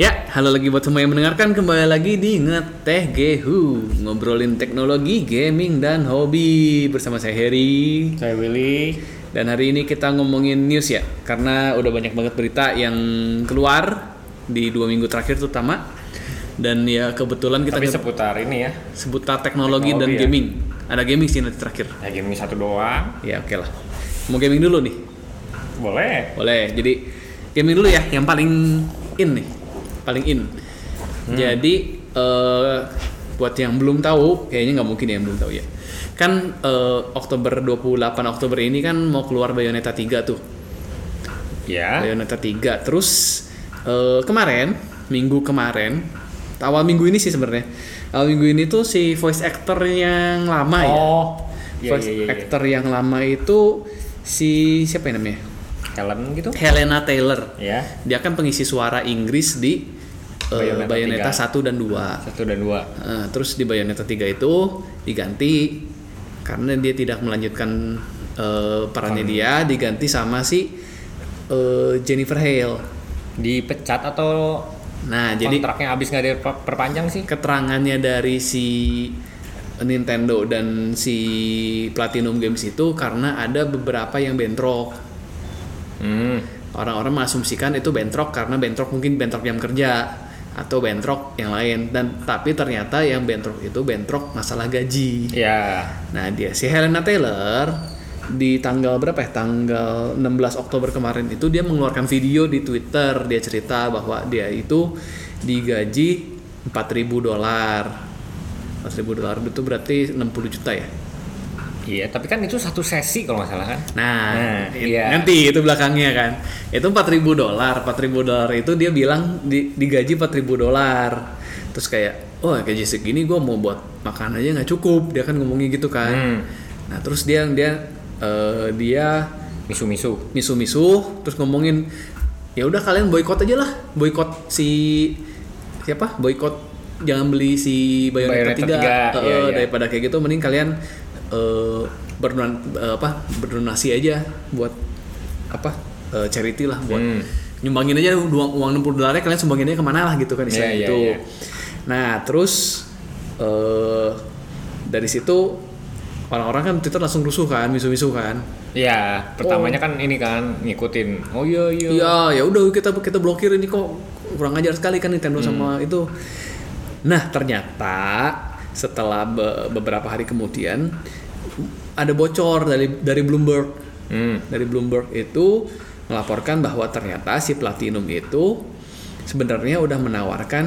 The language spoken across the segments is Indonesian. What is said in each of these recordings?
Ya, halo lagi buat semua yang mendengarkan kembali lagi di Ngeteh Gehu Ngobrolin teknologi, gaming, dan hobi Bersama saya Heri Saya Willy. Dan hari ini kita ngomongin news ya Karena udah banyak banget berita yang keluar Di dua minggu terakhir terutama Dan ya kebetulan kita Tapi nge- seputar ini ya. seputar teknologi, dan teknologi ya. gaming Ada gaming sih nanti terakhir Ya gaming satu doang. Ya oke lah Mau gaming dulu nih Boleh. Boleh. Jadi gaming dulu ya, yang paling in nih, paling in. Jadi eh, buat yang belum tahu, kayaknya nggak mungkin ya yang belum tahu ya. Kan eh, Oktober 28 Oktober ini kan mau keluar Bayonetta 3 tuh. Ya. Bayonetta 3. Terus eh, kemarin, minggu kemarin, awal minggu ini sih sebenarnya. Awal minggu ini tuh si voice actor yang lama ya. Oh. Ya, Iya, voice ya, ya, ya. actor yang lama itu si siapa ya namanya? Helen gitu. Helena Taylor Ya. dia kan pengisi suara Inggris di eh, Bayonetta Bayonetta, 3. 1 dan Ah. 2. Satu dan dua. Eh, terus di Bayonetta 3 itu diganti karena dia tidak melanjutkan eh, perannya dia diganti sama si eh, Jennifer Hale. Dipecat atau Nah, jadi jadi kontraknya habis nggak diperpanjang sih? keterangannya dari si Nintendo dan si Platinum Games itu karena ada beberapa yang bentrok. Hmm. orang-orang mengasumsikan itu bentrok karena bentrok mungkin bentrok jam kerja atau bentrok yang lain dan tapi ternyata yang bentrok itu bentrok masalah gaji. Ya. Nah, dia si Helena Taylor di tanggal berapa ya? Tanggal 16 Oktober kemarin itu dia mengeluarkan video di Twitter, dia cerita bahwa dia itu digaji 4000 dolar. 4000 dolar itu berarti 60 juta ya. Iya. Tapi kan itu satu sesi kalau nggak salah kan? Nah, Nah, it- iya. nanti itu belakangnya kan. Itu 4000 dolar. 4000 dolar itu dia bilang di, digaji 4000 dolar. Terus kayak, "Oh, gaji segini gua mau buat makan aja nggak cukup." Dia kan ngomongnya gitu kan. Hmm. Nah, terus dia dia eh, dia Misu-misu. misu-misu terus ngomongin, "Ya udah kalian boikot aja lah. Boikot si siapa? Boikot jangan beli si Bayonetta, Bayonetta 3, tiga, Eh, iya, iya. daripada kayak gitu mending kalian eh, berdon- eh, apa berdonasi aja buat apa eh, charity lah buat Hmm. nyumbangin aja uang uang 60 dolarnya kalian sumbanginnya kemana lah gitu kan Iya, istilahnya iya, itu iya. nah terus eh, dari situ orang-orang kan Twitter langsung rusuh kan misu-misu kan Ya. Pertamanya kan ini kan ngikutin. Oh iya iya. Iya, ya udah kita kita blokir ini kok kurang ajar sekali kan Nintendo sama itu. Nah, ternyata setelah be- beberapa hari kemudian ada bocor dari dari Bloomberg. Hmm. Dari Bloomberg itu melaporkan bahwa ternyata si Platinum itu sebenarnya udah menawarkan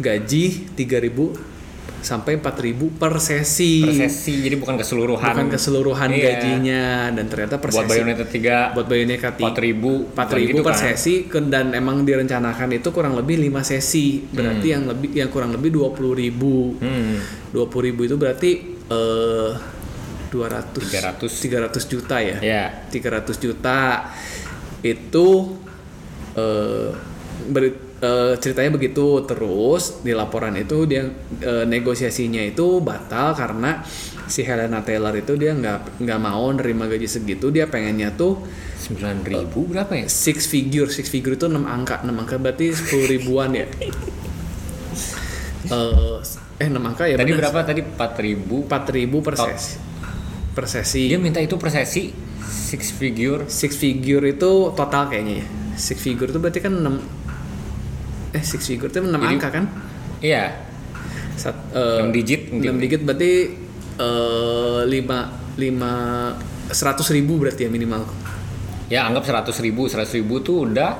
gaji 3000 sampai 4000 per sesi. Per sesi. Jadi Iya. bukan keseluruhan. Bukan keseluruhan Iya. gajinya dan ternyata per Buat sesi Bayonetta 3 buat Bayonetta 3 4000 ribu gitu kan. 4000 gitu per kan. sesi ke- dan emang direncanakan itu kurang lebih 5 sesi. Berarti yang lebih yang kurang lebih 20.000. Hmm. 20.000 itu berarti eh 200 300. 300 juta ya. Iya. Ya. 300 juta itu eh, ber- eh, ceritanya begitu terus di laporan itu dia eh, negosiasinya itu batal karena si Helena Taylor itu dia nggak nggak mau nerima gaji segitu dia pengennya tuh 9000 berapa ya? six figure six figure itu 6 angka 6 angka berarti 10 ribuan ya Eh, eh 6 angka ya Tadi benar. berapa Oh. tadi? 4000. 4000 per Top. sesi per sesi Dia minta itu per sesi six figure. six figure itu total kayaknya ya six figure itu berarti kan 6 eh six figure itu 6 Jadi- angka kan Iya, Sat, 6 digit mungkin. 6 digit berarti eh 5 5 100 ribu berarti ya minimal Ya, anggap 100 ribu. 100 ribu tuh udah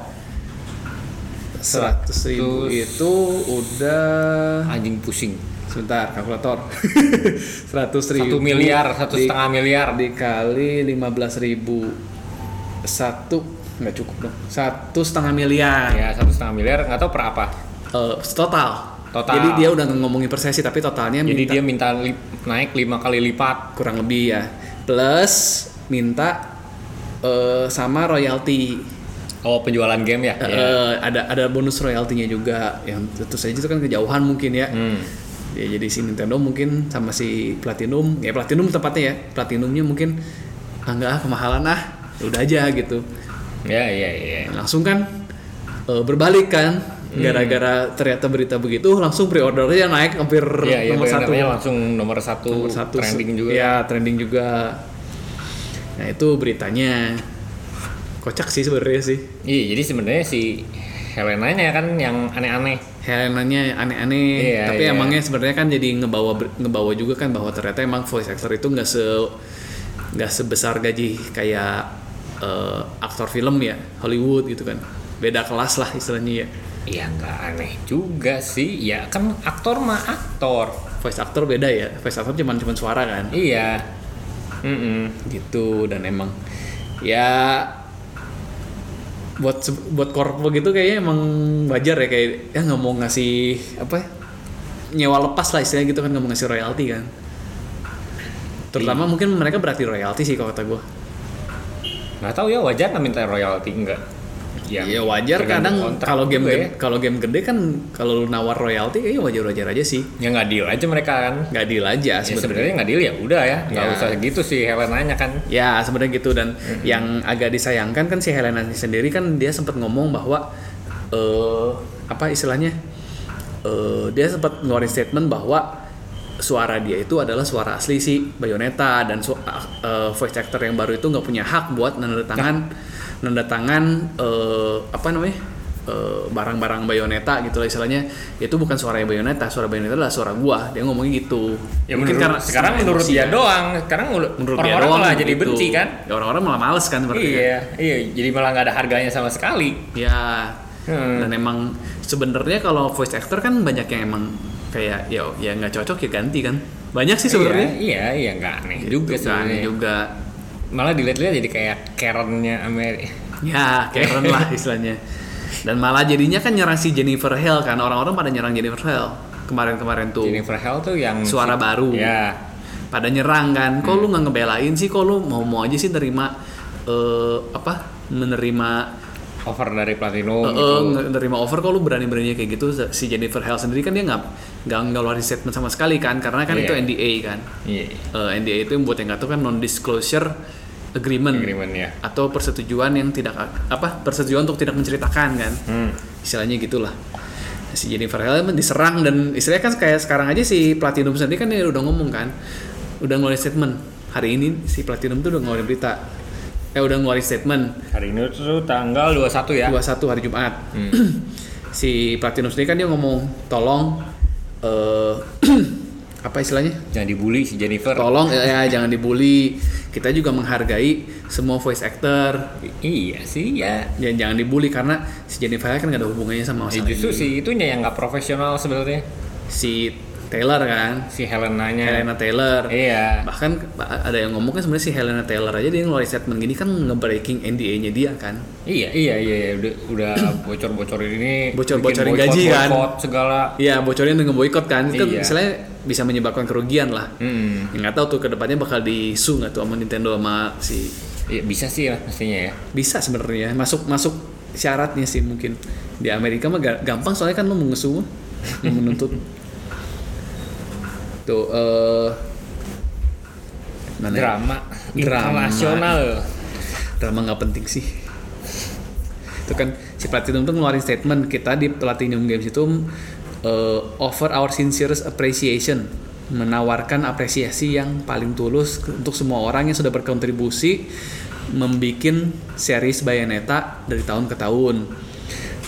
100 ribu itu udah anjing pusing. Sebentar, kalkulator. 100 ribu. 1 miliar, satu di- setengah miliar. Dikali 15 ribu. Satu, nggak cukup dong. Satu setengah miliar. Ya, satu setengah miliar, nggak tahu per apa. Eh, total. Total. Jadi dia udah ngomongin persesi, tapi totalnya Jadi minta dia minta li- naik lima kali lipat. kurang lebih ya. Plus minta eh, sama royalti. Oh, penjualan game ya? Iya. Eh, Ya. ada ada bonus royaltinya juga yang tentu saja itu kan kejauhan mungkin ya. Hmm. ya jadi si Nintendo mungkin sama si Platinum ya Platinum tepatnya ya Platinumnya mungkin ah enggak ah kemahalan ah udah aja gitu Ya, ya, ya. Nah, langsung kan eh, berbalik kan Hmm. gara-gara ternyata berita begitu langsung pre-ordernya naik hampir Iya, iya, nomor satu namanya langsung nomor satu, nomor satu trending juga. ya trending juga nah itu beritanya kocak sih sebenarnya sih Iya, jadi sebenarnya si Helenanya kan yang aneh-aneh. Helenanya aneh-aneh Iya, tapi iya. emangnya sebenarnya kan jadi ngebawa ber- ngebawa juga kan bahwa ternyata emang voice actor itu nggak se nggak sebesar gaji kayak eh, aktor film ya Hollywood gitu kan beda kelas lah istilahnya ya Ya nggak aneh juga sih. Ya kan aktor mah aktor. voice actor beda ya voice actor cuman cuman suara kan Iya. Mm-mm. gitu dan emang ya buat se- buat korpo gitu kayaknya emang wajar ya kayak ya nggak mau ngasih apa ya, nyewa lepas lah istilahnya gitu kan nggak mau ngasih royalti kan Iya. terutama mungkin mereka berarti royalti sih kalau kata gue Nggak tahu ya wajar nggak minta royalti nggak? ya, wajar tergantung kadang Iya. kontrak gitu ya. kalau game juga gede, kalau game gede kan kalau lu nawar royalti kayaknya wajar wajar aja sih ya nggak deal aja mereka kan. nggak deal aja Ya, sebenarnya sebenarnya nggak deal ya udah ya nggak Ya. usah gitu sih Helenanya kan. Ya sebenarnya gitu dan yang agak disayangkan kan si Helena sendiri kan dia sempat ngomong bahwa eh apa istilahnya eh dia sempat ngeluarin statement bahwa suara dia itu adalah suara asli si Bayonetta dan su- eh, voice actor yang baru itu nggak punya hak buat nandatangan nandatangan eh, apa namanya eh, barang-barang Bayonetta gitu lah istilahnya itu bukan suaranya Bayonetta suara Bayonetta adalah suara gua dia ngomongnya gitu Ya menurut- sekarang menurut dia doang. Sekarang ngul- menurut dia orang-orang doang malah jadi gitu. benci kan? Ya, orang-orang malah males kan seperti Iya, iya. Jadi malah nggak ada harganya sama sekali. ya Hmm. dan emang sebenarnya kalau voice actor kan banyak yang emang kayak ya ya nggak cocok ya ganti kan banyak sih sebenarnya Iya, iya, iya nggak aneh juga Gitu kan, sebenarnya. juga Malah dilihat-lihat jadi kayak Karennya Amerika. ya Karen lah istilahnya dan malah jadinya kan nyerang si Jennifer Hale kan orang-orang pada nyerang Jennifer Hale kemarin-kemarin tuh Jennifer Hale tuh Oh. yang suara baru Ya, pada nyerang kan kok Hmm. lu nggak ngebelain sih kok lu mau mau aja sih terima eh, apa menerima over dari Heeh, Platinum gitu. nge- nerima over kok lu berani-beraninya kayak gitu si Jennifer Hale sendiri kan dia nggak nggak ngeluarin statement sama sekali kan karena kan Iya. itu NDA kan Iya, Eh, NDA itu yang buat yang nggak tahu kan non disclosure agreement, agreement ya. atau persetujuan yang tidak apa persetujuan untuk tidak menceritakan kan Hmm. istilahnya gitulah si Jennifer Hale diserang dan istilahnya kan kayak sekarang aja si Platinum sendiri kan dia udah ngomong kan udah ngeluarin statement hari ini si Platinum tuh udah ngeluarin berita eh udah ngeluarin statement Hari ini tuh tanggal 21 ya. Hmm. 21 hari Jumat. si Platinum sendiri kan dia ngomong tolong eh apa istilahnya? Jangan dibully si Jennifer. Tolong eh, ya jangan dibully. Kita juga menghargai semua voice actor. I- Iya sih ya. Jangan jangan dibully karena si Jennifer kan nggak ada hubungannya sama Ya, masalah justru ini. si itunya yang nggak profesional sebenarnya. si Taylor kan, Si Helenanya. Helena Taylor. Iya. Bahkan ba- ada yang ngomong kan sebenarnya si Helena Taylor aja dia ngeluarin statement gini kan nge-breaking NDA-nya dia kan. Iya, iya, iya, iya. udah, udah bocor-bocorin ini, Bocor-bocorin bikin gaji kan. boykot segala. Iya, bocornya dengan boikot kan. Kan Iya. istilahnya bisa menyebabkan kerugian lah. Hmm, Ya, nggak tahu tuh kedepannya bakal disu nggak tuh sama Nintendo sama si iya, bisa sih lah pastinya ya. bisa sebenarnya masuk masuk syaratnya sih mungkin di Amerika mah ga- gampang soalnya kan lu mau ngesu mau menuntut tuh eh mana ya? Drama. Drama, internasional. drama nggak penting sih itu kan si Platinum tuh ngeluarin statement kita di Platinum Games itu eh, offer our sincerest appreciation menawarkan apresiasi yang paling tulus ke- untuk semua orang yang sudah berkontribusi membikin series Bayonetta dari tahun ke tahun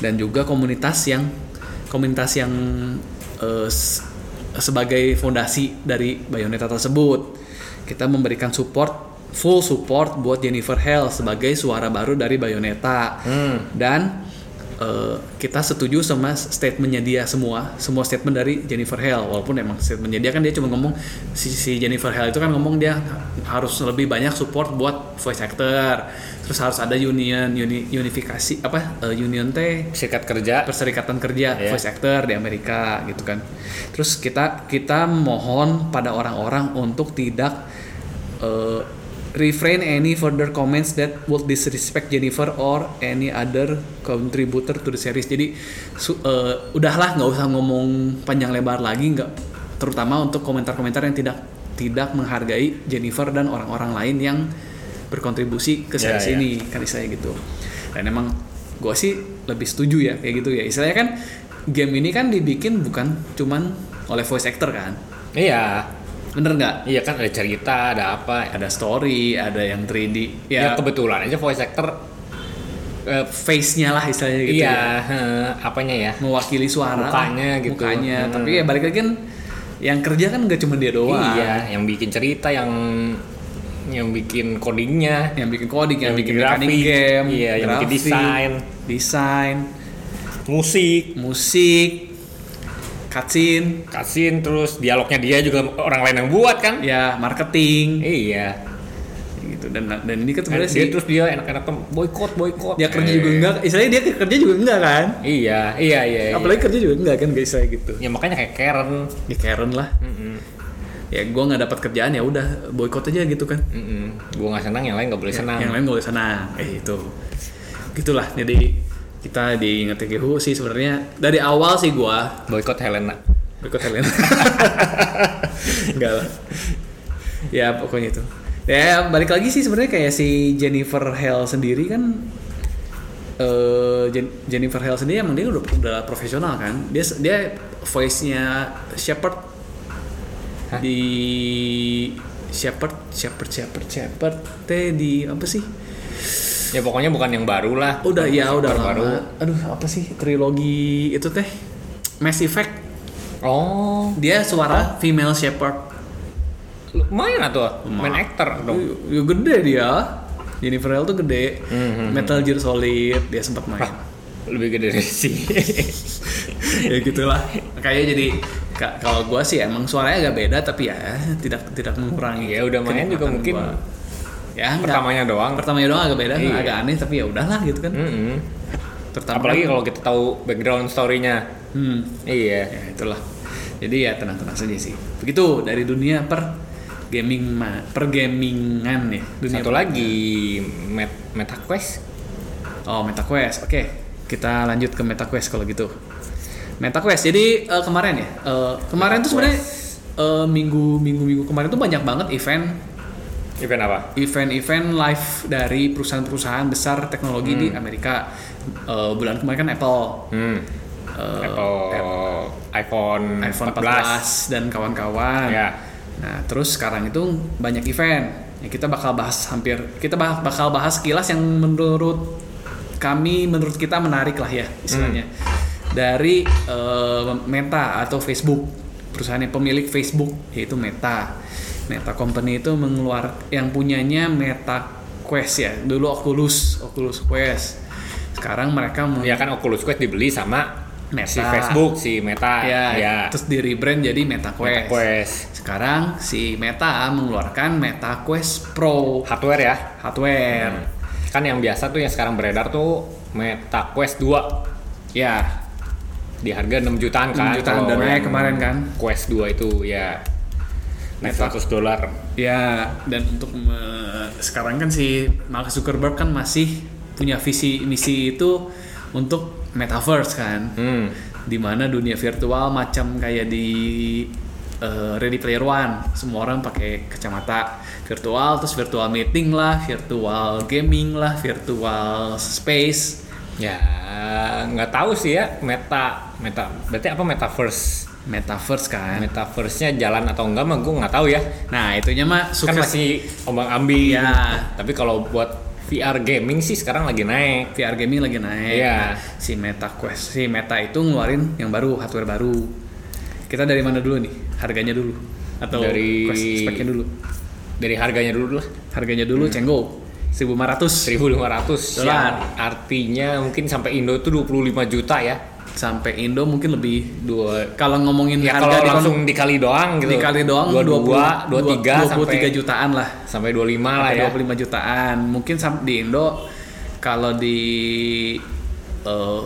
dan juga komunitas yang komunitas yang eh, s- sebagai fondasi dari Bayonetta tersebut kita memberikan support full support buat Jennifer Hale sebagai suara baru dari Bayonetta Hmm. dan eh, kita setuju sama statementnya dia semua semua statement dari Jennifer Hale walaupun emang statementnya dia kan dia cuma ngomong si, si Jennifer Hale itu kan ngomong dia harus lebih banyak support buat voice actor terus harus ada union uni- unifikasi apa eh, union teh Serikat kerja. perserikatan kerja Iya. voice actor di Amerika gitu kan. Terus kita kita mohon pada orang-orang untuk tidak eh, refrain any further comments that would disrespect Jennifer or any other contributor to the series. Jadi su- eh, udahlah nggak usah ngomong panjang lebar lagi nggak terutama untuk komentar-komentar yang tidak tidak menghargai Jennifer dan orang-orang lain yang berkontribusi ke Iya, series iya. ini kan istilahnya gitu. Dan emang gue sih lebih setuju ya kayak gitu ya. Istilahnya kan game ini kan dibikin bukan cuman oleh voice actor kan. Iya, Bener nggak? iya kan ada cerita, ada apa. Ada story, ada yang 3D. Ya, Ya, kebetulan aja voice actor eh, face-nya lah istilahnya gitu. iya, ya. eh, apanya ya? Mewakili suara. lah, Mukanya gitu. Mukanya. Hmm. Tapi ya balik lagi kan yang kerja kan nggak cuma dia doang. Iya, yang bikin cerita, yang yang bikin codingnya. Yang bikin coding, yang, Yang bikin bikin mekanik grafik. game, Iya, yang bikin grafik, desain. desain, musik musik, cutscene, kasin terus dialognya dia juga orang lain yang buat kan ya marketing iya gitu dan dan ini kan Dia sebenarnya sih terus dia enak-enak tuh boykot boykot dia kerja juga enggak istilahnya dia kerja juga enggak kan iya iya iya, iya. apalagi kerja juga enggak kan guys saya gitu ya makanya kayak Karen ya Karen lah Mm-mm. ya gue nggak dapat kerjaan ya udah boykot aja gitu kan Ya, Mm-mm. gua nggak senang yang lain nggak boleh senang yang lain gak boleh senang eh itu gitulah jadi kita diingetin Gehu sih sebenarnya dari awal sih gua boykot Helena boykot Helen enggak lah ya pokoknya itu ya balik lagi sih sebenarnya kayak si Jennifer Hale sendiri kan eh Jen- Jennifer Hale sendiri emang dia udah, udah profesional kan dia dia voice nya Shepard di Shepard Shepard Shepard Shepard teh di apa sih ya pokoknya bukan yang baru lah Udah ya udah lama. baru Aduh apa sih trilogi itu teh Mass Effect oh dia suara female Shepard. lumayan lah tuh main actor dong Ya, gede dia. Jennifer Hale tuh gede. Mhm. Metal Gear Solid dia sempat main. lebih gede dari si ya gitulah. Kayaknya jadi ka- kalau gua sih emang suaranya agak beda tapi ya tidak tidak mengurangi. ya udah main juga kenikmatan mungkin gua. Ya enggak. pertamanya doang Pertamanya doang agak beda, Iya. agak aneh tapi ya udahlah gitu kan. Mm-mm. Terutama apalagi kalau kita tahu background story-nya Hmm. iya ya itulah jadi ya tenang-tenang saja sih begitu dari dunia per gaming ma- per gamingan ya dunia Satu per- lagi Met MetaQuest. oh MetaQuest oke kita lanjut ke MetaQuest kalau gitu MetaQuest jadi eh, kemarin ya eh, kemarin tuh sebenarnya eh, minggu minggu minggu kemarin tuh banyak banget event Event apa? event-event live dari perusahaan-perusahaan besar teknologi di Amerika Eh, bulan kemarin kan Apple Hmm. eh, Apple iPhone, iPhone 14 14. dan kawan-kawan. Hmm, Ya. Nah, terus sekarang itu banyak event. Ya, kita bakal bahas hampir kita bah- bakal bahas kilas yang menurut kami menurut kita menarik lah ya istilahnya. Hmm. Dari eh, Meta atau Facebook, perusahaan yang pemilik Facebook yaitu Meta. Meta Company itu mengeluarkan yang punyanya Meta Quest ya. Dulu Oculus, Oculus Quest. Sekarang mereka meng- Ya kan Oculus Quest dibeli sama Meta. si Facebook, si Meta. ya, ya. terus di rebrand jadi Meta Quest. MetaQuest. Sekarang si Meta mengeluarkan Meta Quest Pro Hardware ya. hardware. Kan yang biasa tuh yang sekarang beredar tuh MetaQuest 2 Ya, di harga 6 jutaan kan. 6 jutaan kalau dan naik yang kemarin kan. Quest 2 itu ya naik 100 dolar. ya dan untuk me- sekarang kan si Mark Zuckerberg kan masih punya visi misi itu untuk metaverse kan. Hmm. Dimana dunia virtual macam kayak di eh, Ready Player One, semua orang pakai kacamata virtual, terus virtual meeting lah, virtual gaming lah, virtual space, Ya nggak tahu sih ya Meta Meta berarti apa Metaverse? metaverse kan. metaverse-nya jalan atau enggak mah gue nggak tahu ya Nah, itunya mah kan sukses masih ombang ambing Iya. tapi kalau buat VR gaming sih sekarang lagi naik VR gaming lagi naik. Iya. Nah, Si Meta Quest, si Meta itu ngeluarin yang baru, hardware baru. Kita dari mana dulu nih? Harganya dulu atau Dari- Quest speknya dulu? dari harganya dulu lah Harganya dulu Hmm. cenggo 1500 1500 yang Dolar. artinya mungkin sampai Indo itu 25 juta ya Hmm, sampai Indo mungkin lebih dua kalau ngomongin ya kalau harga di langsung dikali doang gitu dikali doang 22 23 sampai 23 jutaan lah. sampai 25 lah ya 25 jutaan. Mungkin sam- di Indo kalau di eh,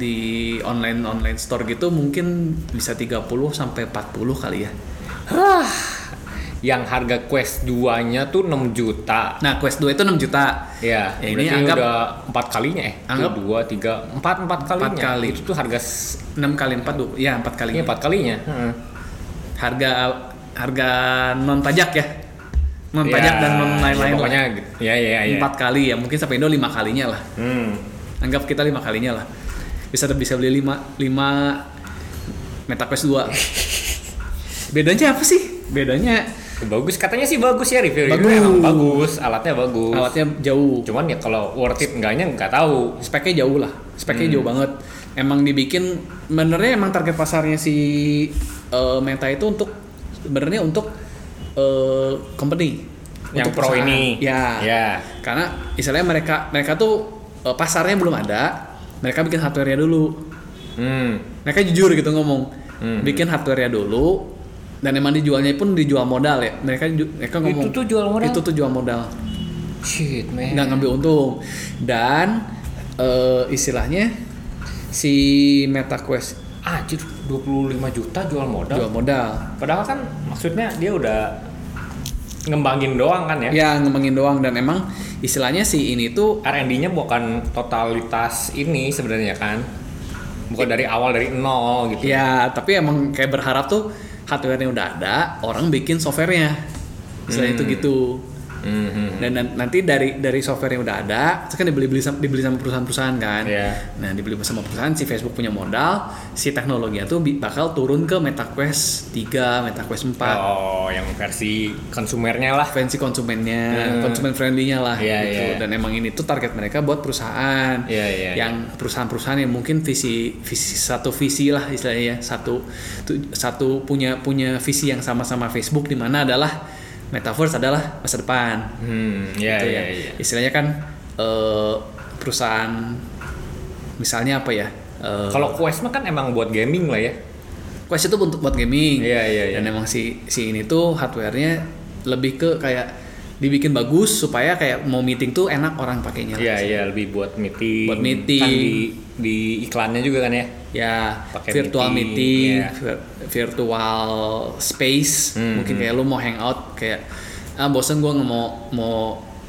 di online online store gitu mungkin bisa 30 sampai 40 kali ya. yang harga Quest 2-nya tuh 6 juta Nah, Quest 2 itu 6 juta. Ya, Ya, ini ini anggap- udah empat kalinya eh. Anggap- Itu dua, tiga, empat, empat kalinya. kali. Itu tuh harga s- 6 kali 4 du- ya 4 kali. Iya empat kalinya. Hmm. Ya, Heeh. Harga harga non pajak ya. Non pajak Ya, dan non ya lain-lain. lah. Pokoknya, ya ya ya. Empat kali ya, mungkin sampai Indo 5 kalinya lah. Hmm. Nah, anggap kita lima kalinya lah bisa bisa beli lima lima MetaQuest 2 bedanya apa sih bedanya Bagus katanya sih bagus ya review Bagus. Emang bagus, alatnya bagus. alatnya jauh Cuman ya kalau worth it enggaknya nggak tahu. speknya jauh lah speknya Hmm. jauh banget emang dibikin benernya emang target pasarnya si eh, Meta itu untuk sebenarnya untuk eh, company Yang Untuk pro perusahaan. ini. ya Ya. karena istilahnya mereka mereka tuh eh, pasarnya belum ada mereka bikin hardware-nya dulu Hmm. mereka jujur gitu ngomong Hmm. bikin hardware-nya dulu dan emang dijualnya pun dijual modal ya mereka ju- mereka ngomong tuh jual modal? Eh. itu tuh jual modal Shit, man. nggak ngambil untung dan eh, istilahnya si MetaQuest ah, Anjir, 25 juta jual modal. jual modal Padahal kan maksudnya dia udah ngembangin doang kan ya. ya ngembangin doang dan emang istilahnya si ini tuh R&D-nya bukan totalitas ini sebenarnya kan. Bukan dari awal dari nol gitu. ya tapi emang kayak berharap tuh hardware-nya udah ada orang bikin softwarenya selain itu gitu Mhm. dan nan- nanti dari dari software yang udah ada itu kan dibeli beli sama, dibeli sama perusahaan-perusahaan kan Iya. nah dibeli sama perusahaan si Facebook punya modal si teknologinya tuh bi- bakal turun ke MetaQuest 3 MetaQuest 4 Oh, yang versi konsumernya lah. fancy konsumennya Hmm. konsumen friendly-nya lah Iya, gitu iya. dan emang ini tuh target mereka buat perusahaan Iya, iya, yang perusahaan-perusahaan yang mungkin visi visi satu visi lah istilahnya ya. satu tu- satu punya punya visi yang sama-sama Facebook di mana adalah metaverse adalah masa depan Hmm, ya gitu ya ya. ya. Istilahnya kan eh, perusahaan misalnya apa ya? eh, Kalau Quest mah kan emang buat gaming lah ya. Quest itu untuk buat gaming. Iya, iya, iya. Dan emang si si ini tuh hardware-nya lebih ke kayak dibikin bagus supaya kayak mau meeting tuh enak orang pakainya. Iya iya lebih buat meeting. Buat meeting. Kan di di iklannya juga kan ya. Ya, Pakai virtual meeting, meeting, iya. vir- virtual space. Hmm, Mungkin kayak lu mau hangout kayak ah bosen gua nggak mau mau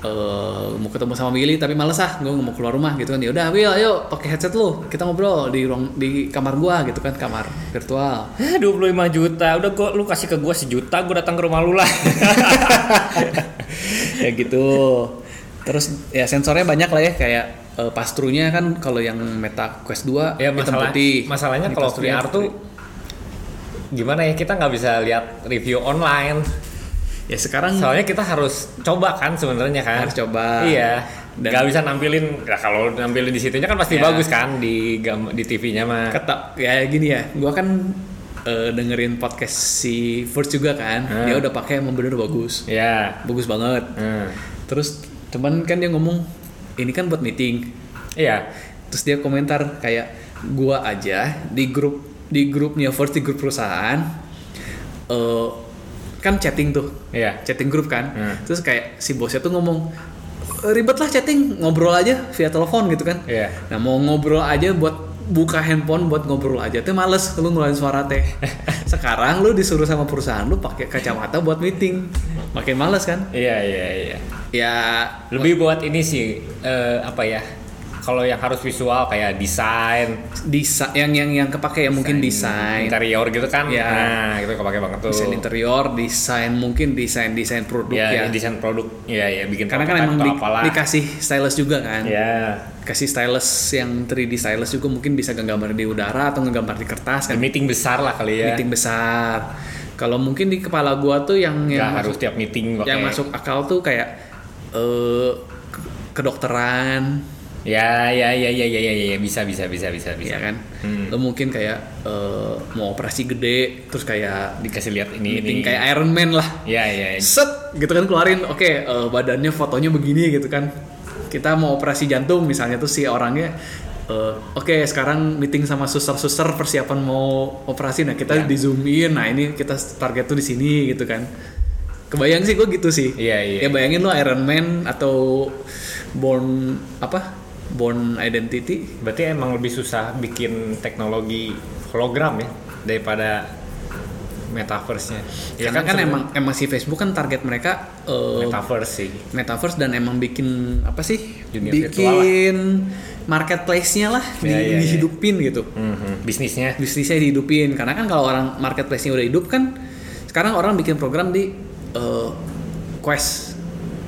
eh, mau ketemu sama Willy tapi males ah gua nggak mau keluar rumah gitu kan ya udah Will ayo pakai headset lu kita ngobrol di ruang di kamar gua gitu kan kamar virtual Hah, 25 juta. Udah gua lu kasih ke gua sejuta, gua datang ke rumah lu lah. ya gitu terus ya sensornya banyak lah ya kayak eh, pastrunya kan kalau yang Meta Quest 2 ya hitam masalah, putih masalahnya Ini kalau pastrunya VR tuh gimana ya kita nggak bisa lihat review online. ya sekarang Soalnya kita harus coba kan sebenarnya kan. Harus coba. Iya. Dan- nggak bisa nampilin. Nah, kalau nampilin di situnya kan pasti Ya. bagus kan di gam- di TV-nya mah. kata ya gini ya gua kan eh, dengerin podcast si First juga kan Hmm. dia udah pakai emang bener bagus Iya. bagus banget Hmm. terus cuman kan dia ngomong ini kan buat meeting Iya. terus dia komentar kayak gua aja di grup di grupnya First di grup perusahaan eh, kan chatting tuh Iya. chatting grup kan Hmm. terus kayak si bosnya tuh ngomong "E, ribet lah chatting ngobrol aja via telepon gitu kan Iya. nah mau ngobrol aja buat buka handphone buat ngobrol aja tuh males lu ngeluarin suara teh sekarang lu disuruh sama perusahaan lu pakai kacamata buat meeting makin males kan Iya iya iya. ya Lebih buat ini sih eh, apa ya? Kalau yang harus visual kayak desain, desa yang yang yang kepake ya mungkin desain interior gitu kan. Iya. Nah, itu kepake banget tuh. desain interior desain mungkin desain desain produk ya, Iya, desain produk. Iya iya bikin karena kan prototype emang atau di- apalah. dikasih stylus juga kan Iya. kasih stylus yang 3D stylus juga mungkin bisa ngegambar di udara atau ngegambar di kertas kan Di meeting besar lah kali ya. meeting besar kalau mungkin di kepala gua tuh yang Nggak yang harus ya. masuk, tiap meeting pakai. yang masuk akal tuh kayak eh ke- kedokteran Ya ya ya ya ya ya ya, ya. bisa bisa bisa bisa bisa. ya kan Hmm. Lo mungkin kayak eh, mau operasi gede terus kayak Dikasih lihat Iya. ini meeting ini. kayak Iron Man lah Ya ya. ya. set gitu kan keluarin oke eh, badannya fotonya begini gitu kan kita mau operasi jantung misalnya tuh si orangnya eh, oke sekarang meeting sama suster-suster persiapan mau operasi nah kita Iya. di zoom in nah ini kita target tuh di sini gitu kan kebayang sih gue gitu sih Iya, iya. ya bayangin lo Iron Man atau Born apa Born Identity Berarti emang lebih susah bikin teknologi hologram ya daripada metaverse-nya. Ya karena kan, sebenarnya emang emang si Facebook kan target mereka eh, metaverse sih. metaverse dan emang bikin apa sih? Dunia virtual lah. bikin marketplace-nya lah di- Ya, ya, ya. dihidupin gitu. Mhm, Bisnisnya. Bisnisnya dihidupin karena kan kalau orang marketplace-nya udah hidup kan sekarang orang bikin program di eh, Quest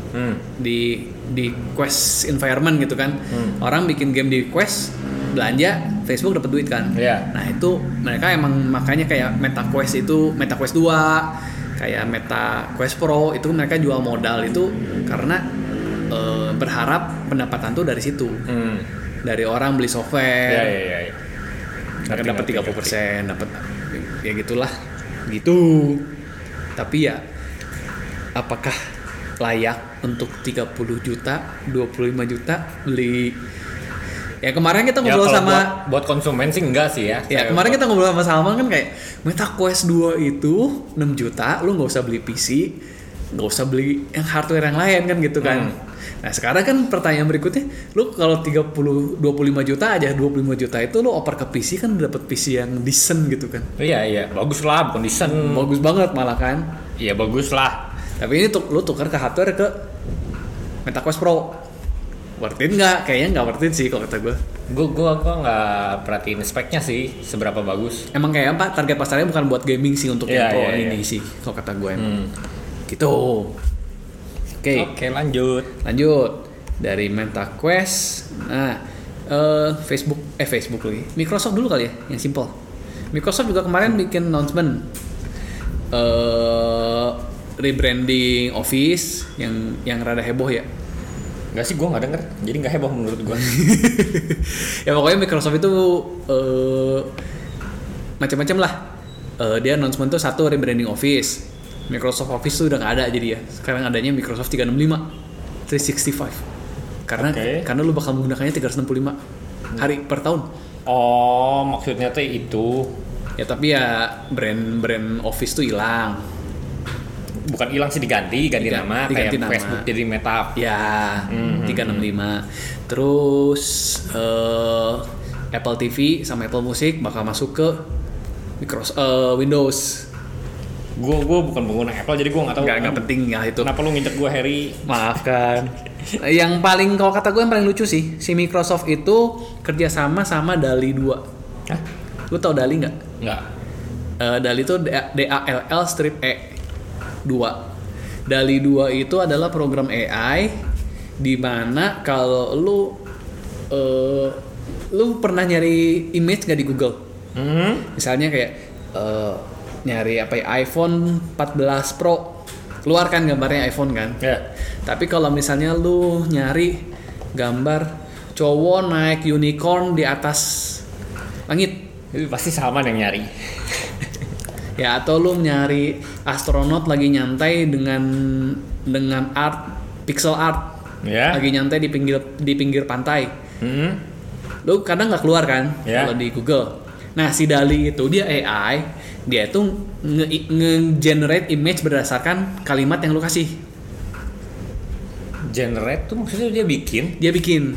Hmm. di di quest environment gitu kan orang bikin game di quest belanja Facebook dapat duit kan Iya. nah itu mereka emang makanya kayak Meta Quest itu Meta Quest 2 kayak Meta Quest Pro itu mereka jual modal itu karena eh, berharap pendapatan tuh dari situ Hmm. dari orang beli software Ya, ya, ya. ya. mereka dapat Ngerti, ngerti, 30 ngerti. persen dapat ya gitulah gitu tapi ya apakah layak untuk 30 juta 25 juta beli ya kemarin kita Ya, ngobrol kalau sama buat, buat konsumen sih enggak sih ya. ya Saya- kemarin kita ngobrol sama Salman kan kayak Meta Quest 2 itu 6 juta lu nggak usah beli PC nggak usah beli yang hardware yang lain kan gitu kan nah sekarang kan pertanyaan berikutnya lu kalau 30 25 juta aja 25 juta itu lu oper ke PC kan dapet PC yang decent gitu kan Iya, iya. Bagus lah, condition. bagus banget malah kan Iya, bagus lah. tapi ini tuh lu tuker ke hardware ke Meta Quest Pro worth it nggak kayaknya nggak worth it sih kalau kata gue Gue gua gua nggak perhatiin speknya sih seberapa bagus. emang kayak apa target pasarnya bukan buat gaming sih untuk Iya, yang pro iya, iya. ini sih kalau kata gue emang Hmm. gitu oke Oke, lanjut. lanjut dari Meta Quest nah eh, Facebook eh Facebook lagi Microsoft dulu kali ya yang simple Microsoft juga kemarin bikin announcement eh rebranding Office yang yang rada heboh ya Enggak sih, gua nggak denger. Jadi nggak heboh menurut gua. ya pokoknya Microsoft itu eh, macam-macam lah Eh, dia announcement tuh satu rebranding Office Microsoft Office tuh udah nggak ada jadi ya sekarang adanya Microsoft 365 365 karena Oke. karena lu bakal menggunakannya 365 hari per tahun oh, maksudnya tuh itu ya tapi ya brand-brand Office tuh hilang bukan hilang sih diganti, ganti Diga- nama diganti kayak nama. Facebook jadi Meta. ya Mhm. 365 terus eh, Apple TV sama Apple Music bakal masuk ke Microsoft eh, Windows Gua gua bukan pengguna Apple jadi gua nggak tahu. nggak nggak penting ya itu Kenapa lu nginjek gua Harry? maafkan yang paling kalau kata gue yang paling lucu sih si Microsoft itu kerjasama sama Dali 2 Hah? lu tau Dali nggak Enggak. Eh, Dali itu D A L L strip E 2 Dali 2 itu adalah program AI di mana kalau lu eh, lu pernah nyari image nggak di Google Hmm? misalnya kayak eh, nyari apa ya iPhone 14 Pro keluar kan gambarnya iPhone kan Ya. Tapi kalau misalnya lu nyari gambar cowok naik unicorn di atas langit Itu pasti Salman yang nyari. ya atau lu nyari astronot lagi nyantai dengan dengan art pixel art Ya. lagi nyantai di pinggir di pinggir pantai Hmm. lu kadang nggak keluar kan Ya. kalau di Google nah si Dali itu dia AI dia itu nge- nge-generate image berdasarkan kalimat yang lu kasih Generate tuh maksudnya dia bikin. dia bikin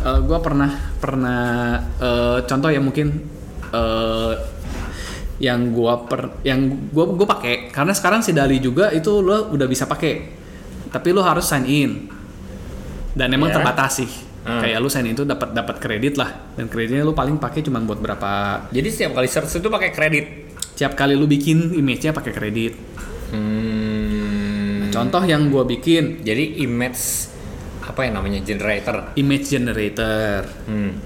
Eh, gua pernah pernah eh, contoh ya mungkin eh, yang gua per yang gua gua pakai karena sekarang si Dali juga itu lo udah bisa pakai tapi lo harus sign in dan emang Ya. terbatas sih Hmm. kayak lu sign in itu dapat dapat kredit lah dan kreditnya lu paling pakai cuma buat berapa Jadi setiap kali search itu pakai kredit. tiap kali lu bikin image-nya pakai kredit Hmm. Nah, contoh yang gua bikin Jadi image apa yang namanya generator. image generator Hmm.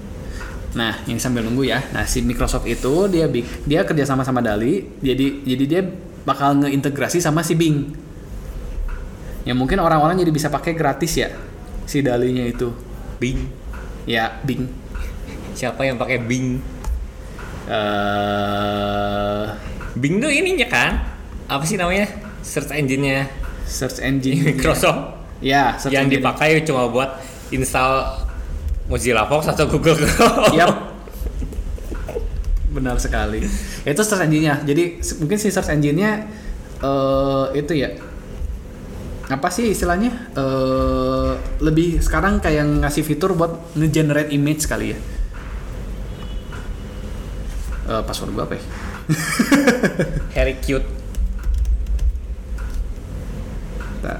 Nah, yang sambil nunggu ya. Nah, si Microsoft itu dia bik- dia kerja sama sama Dali, jadi jadi dia bakal ngeintegrasi sama si Bing. Ya mungkin orang-orang jadi bisa pakai gratis ya si Dalinya itu. Bing. Ya, Bing. Siapa yang pakai Bing? eh Bing tuh ininya kan? Apa sih namanya? Search engine-nya search Iya. engine. Microsoft ya, search yang engine. dipakai cuma buat install Mozilla Fox atau Google Chrome. Yap. Benar sekali. Itu search engine-nya. Jadi se- mungkin si search engine-nya eh, itu ya apa sih istilahnya eh lebih sekarang kayak ngasih fitur buat nge-generate image kali ya. Eh, password gua apa ya? Harry cute. Bentar.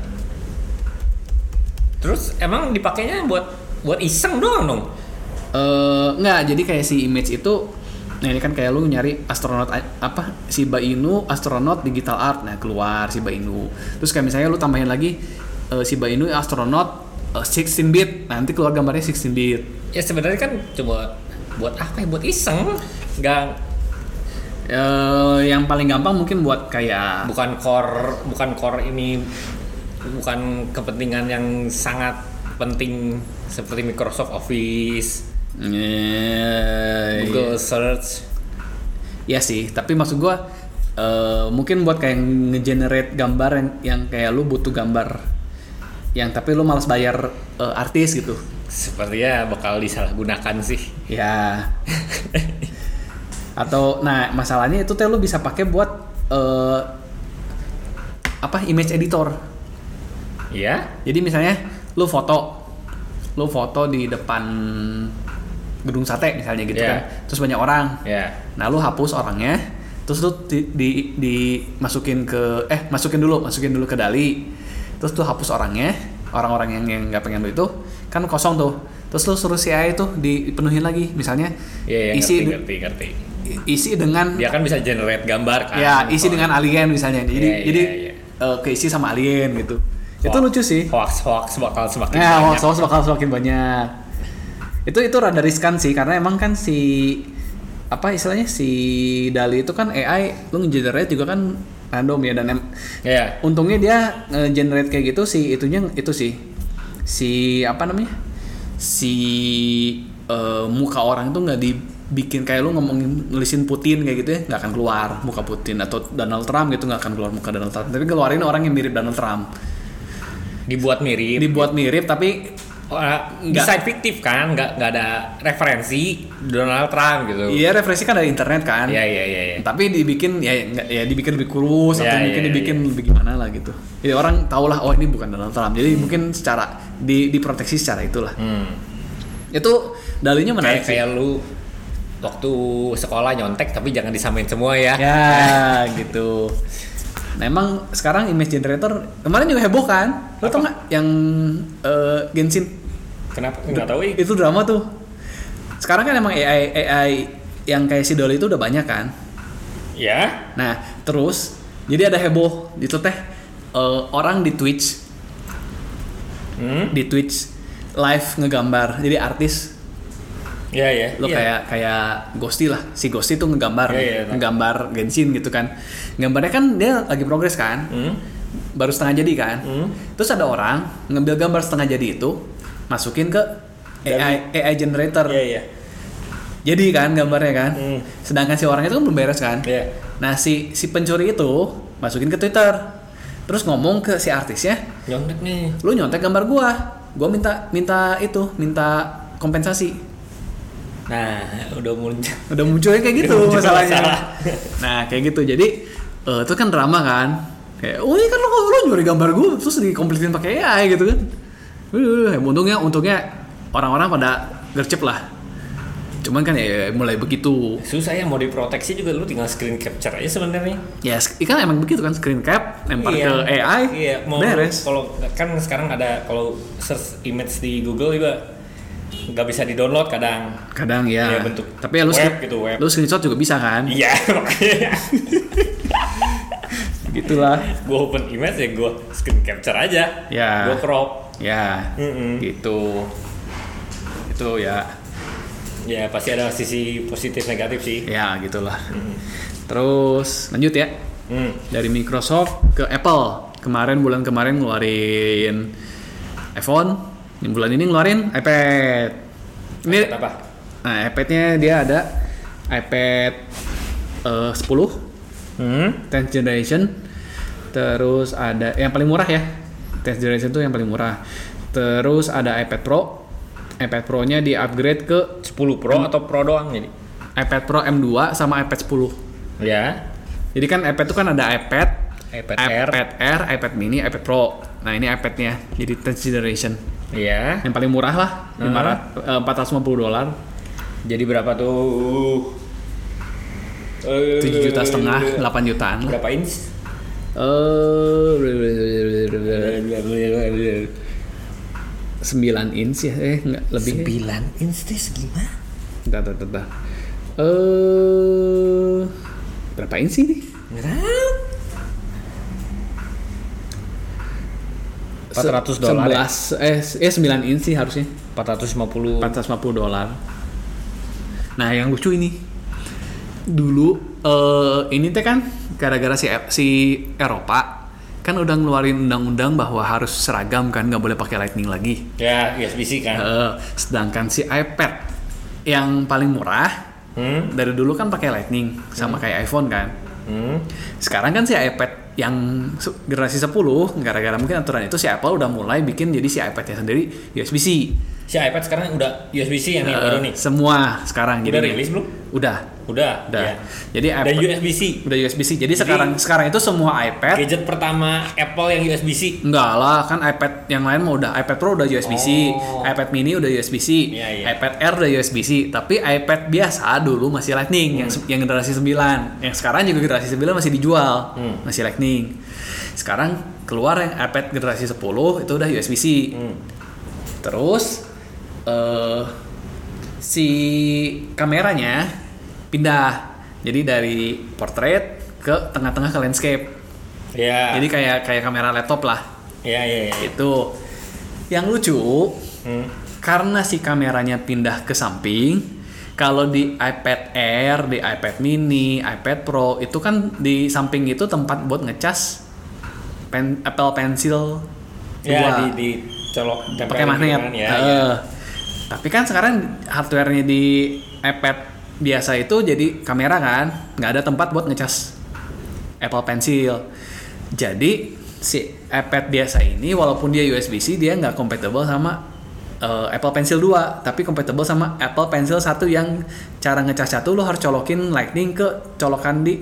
Terus emang dipakainya buat buat iseng doang dong. Eh, nggak jadi kayak si image itu nah ini kan kayak lu nyari astronot a- apa si Inu astronot digital art nah keluar si Inu terus kayak misalnya lu tambahin lagi eh eh, Shiba Inu astronot eh, 16 bit nanti keluar gambarnya 16 bit ya sebenarnya kan coba buat apa ya buat iseng nggak Eh, yang paling gampang mungkin buat kayak bukan core bukan core ini bukan kepentingan yang sangat penting seperti Microsoft Office, Eh, Google Search. Iya sih, tapi maksud gua eh, mungkin buat kayak ngegenerate gambar yang, yang kayak lu butuh gambar yang tapi lu malas bayar eh, artis gitu. Sepertinya ya, bakal disalahgunakan sih. Ya. Atau nah, masalahnya itu teh lu bisa pakai buat eh, apa image editor. Ya, Jadi misalnya lu foto lu foto di depan gedung sate misalnya gitu Iya. kan. Terus banyak orang. ya. Nah lu hapus orangnya, terus lu di, di- dimasukin ke eh masukin dulu, masukin dulu ke Dali, terus tuh hapus orangnya, orang-orang yang yang nggak pengen lu itu kan kosong tuh. Terus lu suruh si AI tuh dipenuhin lagi, misalnya Ya, ya isi ngerti, ngerti, ngerti. i- isi dengan Dia kan bisa generate gambar kan. ya isi dengan alien misalnya. Jadi Iya, iya, jadi iya. eh, keisi sama alien gitu. Itu Hoax- lucu sih. Hoax hoax bakal semakin Nah, banyak. hoax-hoax bakal semakin banyak. Itu itu rada riskan sih karena emang kan si apa istilahnya si Dali itu kan AI lu ngegenerate juga kan random ya dan em- Ya. untungnya dia ngegenerate kayak gitu si itunya itu sih si apa namanya si eh, muka orang itu nggak dibikin kayak lu ngomongin ngelisin Putin kayak gitu ya nggak akan keluar muka Putin atau Donald Trump gitu nggak akan keluar muka Donald Trump tapi keluarin orang yang mirip Donald Trump Dibuat mirip. dibuat mirip tapi Orang- Nggak. desain fiktif kan, nggak nggak ada referensi Donald Trump gitu. Iya referensi kan dari internet kan. Iya iya iya. iya. Tapi dibikin ya nggak- ya dibikin lebih kurus atau Iya, mungkin iya, dibikin lebih gimana lah gitu. Jadi orang tahulah oh ini bukan Donald Trump. Jadi mungkin secara di diproteksi secara itulah. Hmm. Itu dalinya Kayak menarik sih. kayak lu waktu sekolah nyontek tapi jangan disamain semua ya. Ya gitu. Nah emang sekarang image generator kemarin juga heboh kan? Lo tau nggak yang eh, Genshin Kenapa? Nggak tahu. ih. itu drama tuh. Sekarang kan emang AI AI yang kayak si Dolly itu udah banyak kan? Ya. Nah, terus jadi ada heboh itu teh eh, orang di Twitch, Hmm. di Twitch live ngegambar. Jadi artis Ya ya. lo Iya. kayak kayak Gosti lah. Si Gosti tuh ngegambar, Iya, iya, tahu. ngegambar Genshin gitu kan. Gambarnya kan dia lagi progres kan. Hmm. Baru setengah jadi kan. Hmm. Terus ada orang ngambil gambar setengah jadi itu masukin ke AI, AI generator. Iya iya. Jadi kan gambarnya kan. Hmm. Sedangkan si orangnya itu kan belum beres kan. Iya. Nah si si pencuri itu masukin ke Twitter, terus ngomong ke si artisnya, Nyontek nih. lu nyontek gambar gua, gua minta minta itu, minta kompensasi. Nah, udah muncul. Udah munculnya kayak gitu Udah muncul masalahnya. masalah. Nah kayak gitu, jadi eh, itu kan drama kan. Kayak, oh ini kan lu, lu nyuri gambar gua, terus dikomplitin pakai AI gitu kan. Uh, untungnya untungnya orang-orang pada gercep lah. Cuman kan ya mulai begitu. Susah ya mau diproteksi juga lu tinggal screen capture aja sebenarnya. Ya, sk- kan emang begitu kan screen cap lempar Iya. ke AI, Iya, mau beres. kalau kan sekarang ada kalau search image di Google juga nggak bisa di-download kadang. kadang ya, Ya, bentuk tapi ya lu web screen- gitu, web. lu screenshot juga bisa kan Iya, makanya gitulah gue open image ya gue screen capture aja. Ya. Gue crop. ya Mm-mm. gitu itu ya Ya pasti ada sisi positif negatif sih. ya gitulah terus lanjut ya Hmm. dari Microsoft ke Apple kemarin bulan kemarin ngeluarin iPhone Yang bulan ini ngeluarin iPad ini iPad apa? nah iPadnya dia ada iPad eh, 10 Hmm. 10th generation terus ada yang paling murah ya 10th generation itu yang paling murah terus ada iPad Pro iPad Pro nya di upgrade ke 10 Pro atau Pro doang jadi? iPad Pro M2 sama iPad 10 Ya. jadi kan iPad itu kan ada iPad iPad Air. iPad Air, iPad Mini, iPad Pro. Nah ini iPadnya, jadi 10th generation. Ya. Yang paling murah lah, Nah. 500, eh, 450 dolar, Jadi berapa tuh? 7 juta setengah, Iya. 8 jutaan. lah. Berapa inch? Eh, 9 inch ya, eh nggak lebih. inch itu segimana? Bentar, bentar, bentar. Eh, berapa inci nih? Berat. 9 400 dolar ya? 11 eh ya 9 inci harusnya 450 450 dolar. Nah, yang lucu ini. Dulu eh, ini teh kan gara-gara si si Eropa kan udah ngeluarin undang-undang bahwa harus seragam kan nggak boleh pakai lightning lagi. ya USB-C kan Eh, sedangkan si iPad yang paling murah hmm dari dulu kan pakai lightning sama kayak iPhone kan. hmm Sekarang kan si iPad yang se- generasi 10 gara-gara mungkin aturan itu si Apple udah mulai bikin jadi si iPad-nya sendiri USB-C. si iPad sekarang udah USB-C yang nih, baru Eh, nih Semua sekarang udah jadinya. rilis belum Udah, udah udah. ya. Jadi dan Apple USB-C udah USB-C. Jadi, sekarang sekarang itu semua iPad. gadget pertama Apple yang USB-C Enggak lah, kan iPad yang lain mau udah iPad Pro udah USB-C, Oh. iPad Mini udah USB-C, Iya, iya. iPad Air udah USB-C, tapi iPad biasa dulu masih Lightning yang Hmm. se- yang generasi 9. Yang sekarang juga generasi 9 masih dijual, Hmm. masih Lightning. Sekarang keluar yang iPad generasi 10 itu udah USB-C. Hmm. Terus eh si kameranya pindah. Jadi dari portrait ke tengah-tengah ke landscape. ya Jadi kayak kayak kamera laptop lah ya ya ya itu yang lucu Hmm. karena si kameranya pindah ke samping kalau di iPad Air, di iPad Mini, iPad Pro itu kan di samping itu tempat buat ngecas pen, Apple Pencil dua. ya di di colok tempelin pakai magnet. gitu kan, ya, Eh, ya. Tapi kan sekarang hardware-nya di iPad biasa itu jadi kamera kan, nggak ada tempat buat ngecas Apple Pencil. Jadi si iPad biasa ini walaupun dia USB-C dia nggak compatible sama eh, Apple Pencil 2, tapi compatible sama Apple Pencil 1 yang cara ngecas satu lo harus colokin lightning ke colokan di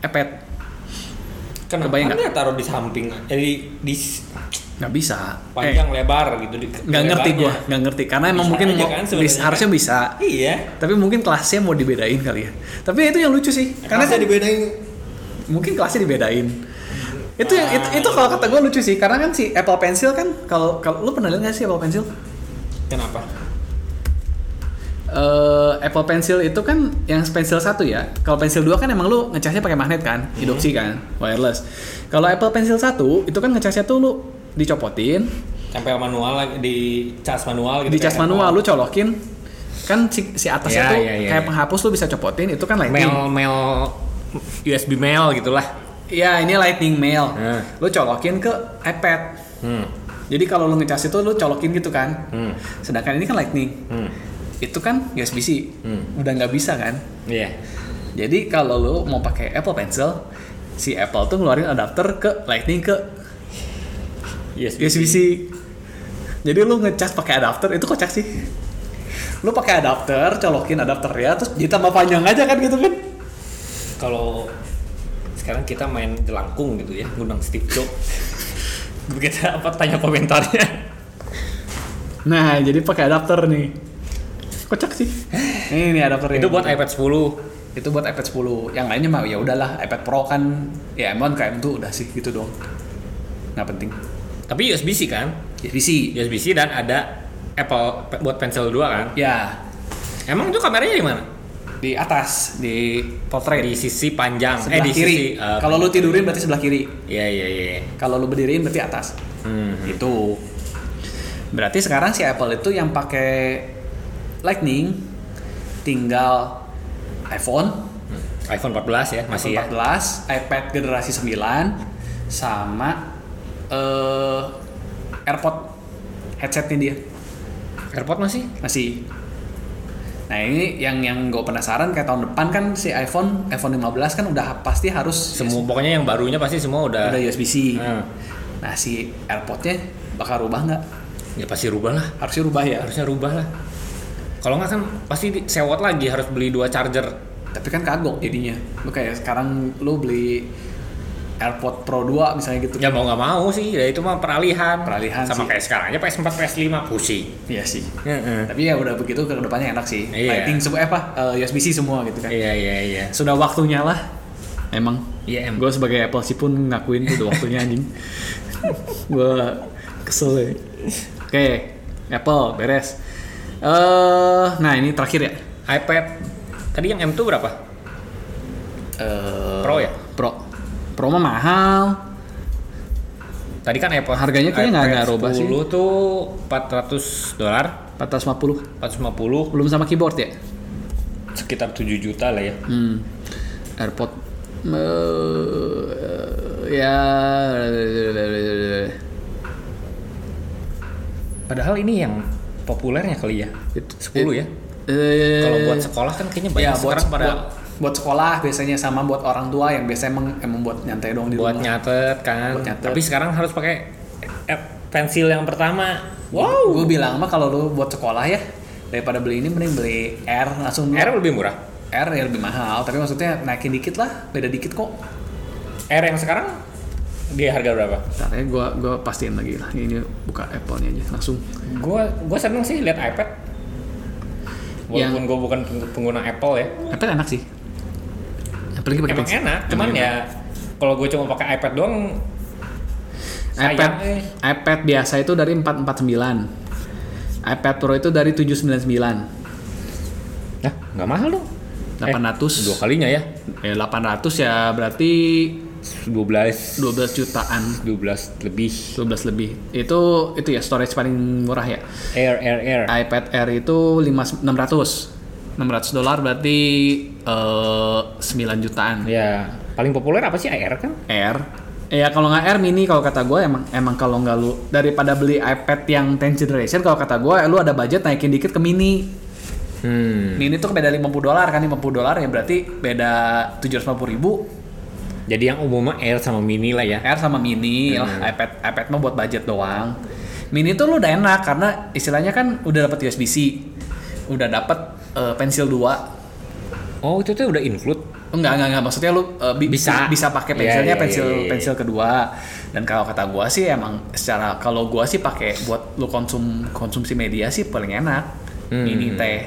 iPad. kenapa kebayang nggak? nggak taruh di samping jadi di s- Nggak bisa. Eh, panjang lebar gitu di nggak ngerti lebarnya. gua nggak ngerti karena emang Bisa mungkin aja mau- kan bis- sebenarnya. harusnya bisa iya tapi mungkin kelasnya mau dibedain kali ya tapi itu yang lucu sih karena karena saya kan dibedain mungkin kelasnya dibedain itu yang itu, itu kalau kata gua lucu sih karena kan si Apple Pencil kan kalau kalau lu pernah lihat nggak sih Apple Pencil kenapa Eh, Apple Pencil itu kan yang Pencil satu ya. Kalau Pencil 2 kan emang lu ngecasnya pakai magnet kan, induksi kan, wireless. Kalau Apple Pencil 1 itu kan ngecasnya tuh lu dicopotin, tempel manual lagi di cas manual gitu di cas kayak manual lu colokin kan si, si atasnya Ya, tuh ya, ya, kayak ya. penghapus lu bisa copotin itu kan lightning mail mail USB mail gitulah ya ini lightning mail Hmm. lu colokin ke ipad hmm jadi kalau lu ngecas itu lu colokin gitu kan hmm sedangkan ini kan lightning hmm itu kan USB C Hmm. udah nggak bisa kan iya jadi kalau lu mau pakai Apple Pencil si Apple tuh ngeluarin adapter ke lightning ke USB C jadi lu ngecas pakai adapter itu kocak sih lu pakai adapter colokin adapternya terus ditambah panjang aja kan gitu kan kalau sekarang kita main jelangkung gitu ya ngundang Steve Jobs kita apa tanya komentarnya Nah, jadi pakai adapter nih. Kocak sih. Ini nih adapternya. itu buat iPad 10 itu buat iPad 10. Yang lainnya mah ya udahlah, iPad Pro kan ya M1 ke M2 udah sih gitu doang. Nggak penting. tapi USB-C kan Jadi sih USB-C dan ada Apple pe- buat Pencil 2 kan ya emang itu kameranya di mana di atas di portrait di sisi panjang sebelah eh di kiri. sisi eh, Kalau lu tidurin berarti sebelah kiri. iya iya iya Kalau lu berdiriin berarti atas. hmm. Gitu. Berarti sekarang si Apple itu yang pakai Lightning tinggal iPhone, iPhone 14 ya masih ya 14, iPad generasi 9 sama eh AirPod headsetnya dia AirPod masih masih. Nah ini yang yang gue penasaran kayak tahun depan kan si iPhone iPhone 15 kan udah pasti harus semua pokoknya yang barunya pasti semua ya. udah udah USB-C. Hmm. Nah si AirPodnya bakal rubah nggak? ya pasti rubah lah Harusnya rubah ya. harusnya rubah lah kalau nggak kan pasti di- sewot lagi harus beli dua charger Tapi kan kagok jadinya. Lu kayak sekarang lu beli AirPod Pro 2 misalnya gitu. ya mau nggak mau sih ya itu mah peralihan Peralihan sama sih. kayak sekarang aja PS4 PS5 pusing Iya sih. Heeh. Tapi ya udah begitu ke depannya enak sih. Iya. Lighting semua eh apa eh, USB-C semua gitu kan. iya iya iya Sudah waktunya lah. Emang. Iya, em. Gue sebagai Apple sih pun ngakuin itu udah waktunya anjing. gue kesel ya. Oke, Apple beres. Eh, nah ini terakhir ya. iPad tadi yang M2 berapa Eh, Pro ya? Pro. Pro mah mahal. Tadi kan Apple Harganya kayaknya nggak- nggak rubah sih. 10 tuh 400 dolar, 450 450 belum sama keyboard ya sekitar 7 juta lah ya. hmm. AirPod eh, ya ya, Padahal ini yang populernya kali ya. It- 10 ya. eh, Kalau buat sekolah kan kayaknya banyak ya buat, sekarang pada buat buat sekolah biasanya sama buat orang tua yang biasanya emang, emang buat nyantai doang di buat rumah. nyatet kan. Buat nyatet. Tapi sekarang harus pakai eh, pensil yang pertama. Wow. Gue bilang mah kalau lu buat sekolah ya daripada beli ini mending beli R langsung R lebih murah. R ya lebih mahal tapi maksudnya naikin dikit lah beda dikit kok R yang sekarang dia harga berapa? Bentar ya, gua gua pastiin lagi lah. Ini buka Apple-nya aja langsung. Gua gua seneng sih lihat iPad. Walaupun gua bukan peng- pengguna Apple ya. Apple enak sih. Apalagi pakai Emang pensil. enak, cuman Emang ya kalau gue cuma pakai iPad doang enak. iPad sayang, eh. iPad biasa itu dari 449. iPad Pro itu dari 799. Nah, nggak mahal dong. 800. Eh, dua kalinya ya. Ya 800 ya berarti 12 12 jutaan. 12 lebih. 12 lebih. Itu itu ya storage paling murah ya. Air air air. iPad Air itu 5 600. 600 dolar berarti eh 9 jutaan. Ya, paling populer apa sih air kan? Air. Ya kalau nggak Air mini kalau kata gue emang emang kalau nggak lu daripada beli iPad yang 10 generation kalau kata gue lu ada budget naikin dikit ke mini. Hmm. mini tuh beda 50 dolar kan 50 dolar ya berarti beda 750 ribu Jadi yang umumnya air sama mini lah ya. R sama mini lah iPad iPad mah buat budget doang mini tuh lu udah enak karena istilahnya kan udah dapat USB C udah dapat eh, pensil 2 Oh, itu tuh udah include. enggak enggak enggak maksudnya lu eh, bi- Bisa. bisa pakai Iya, pensilnya iya, pensil iya, iya. pensil kedua dan kalau kata gua sih emang secara kalau gua sih pakai buat lu konsum konsumsi media sih paling enak Hmm. mini teh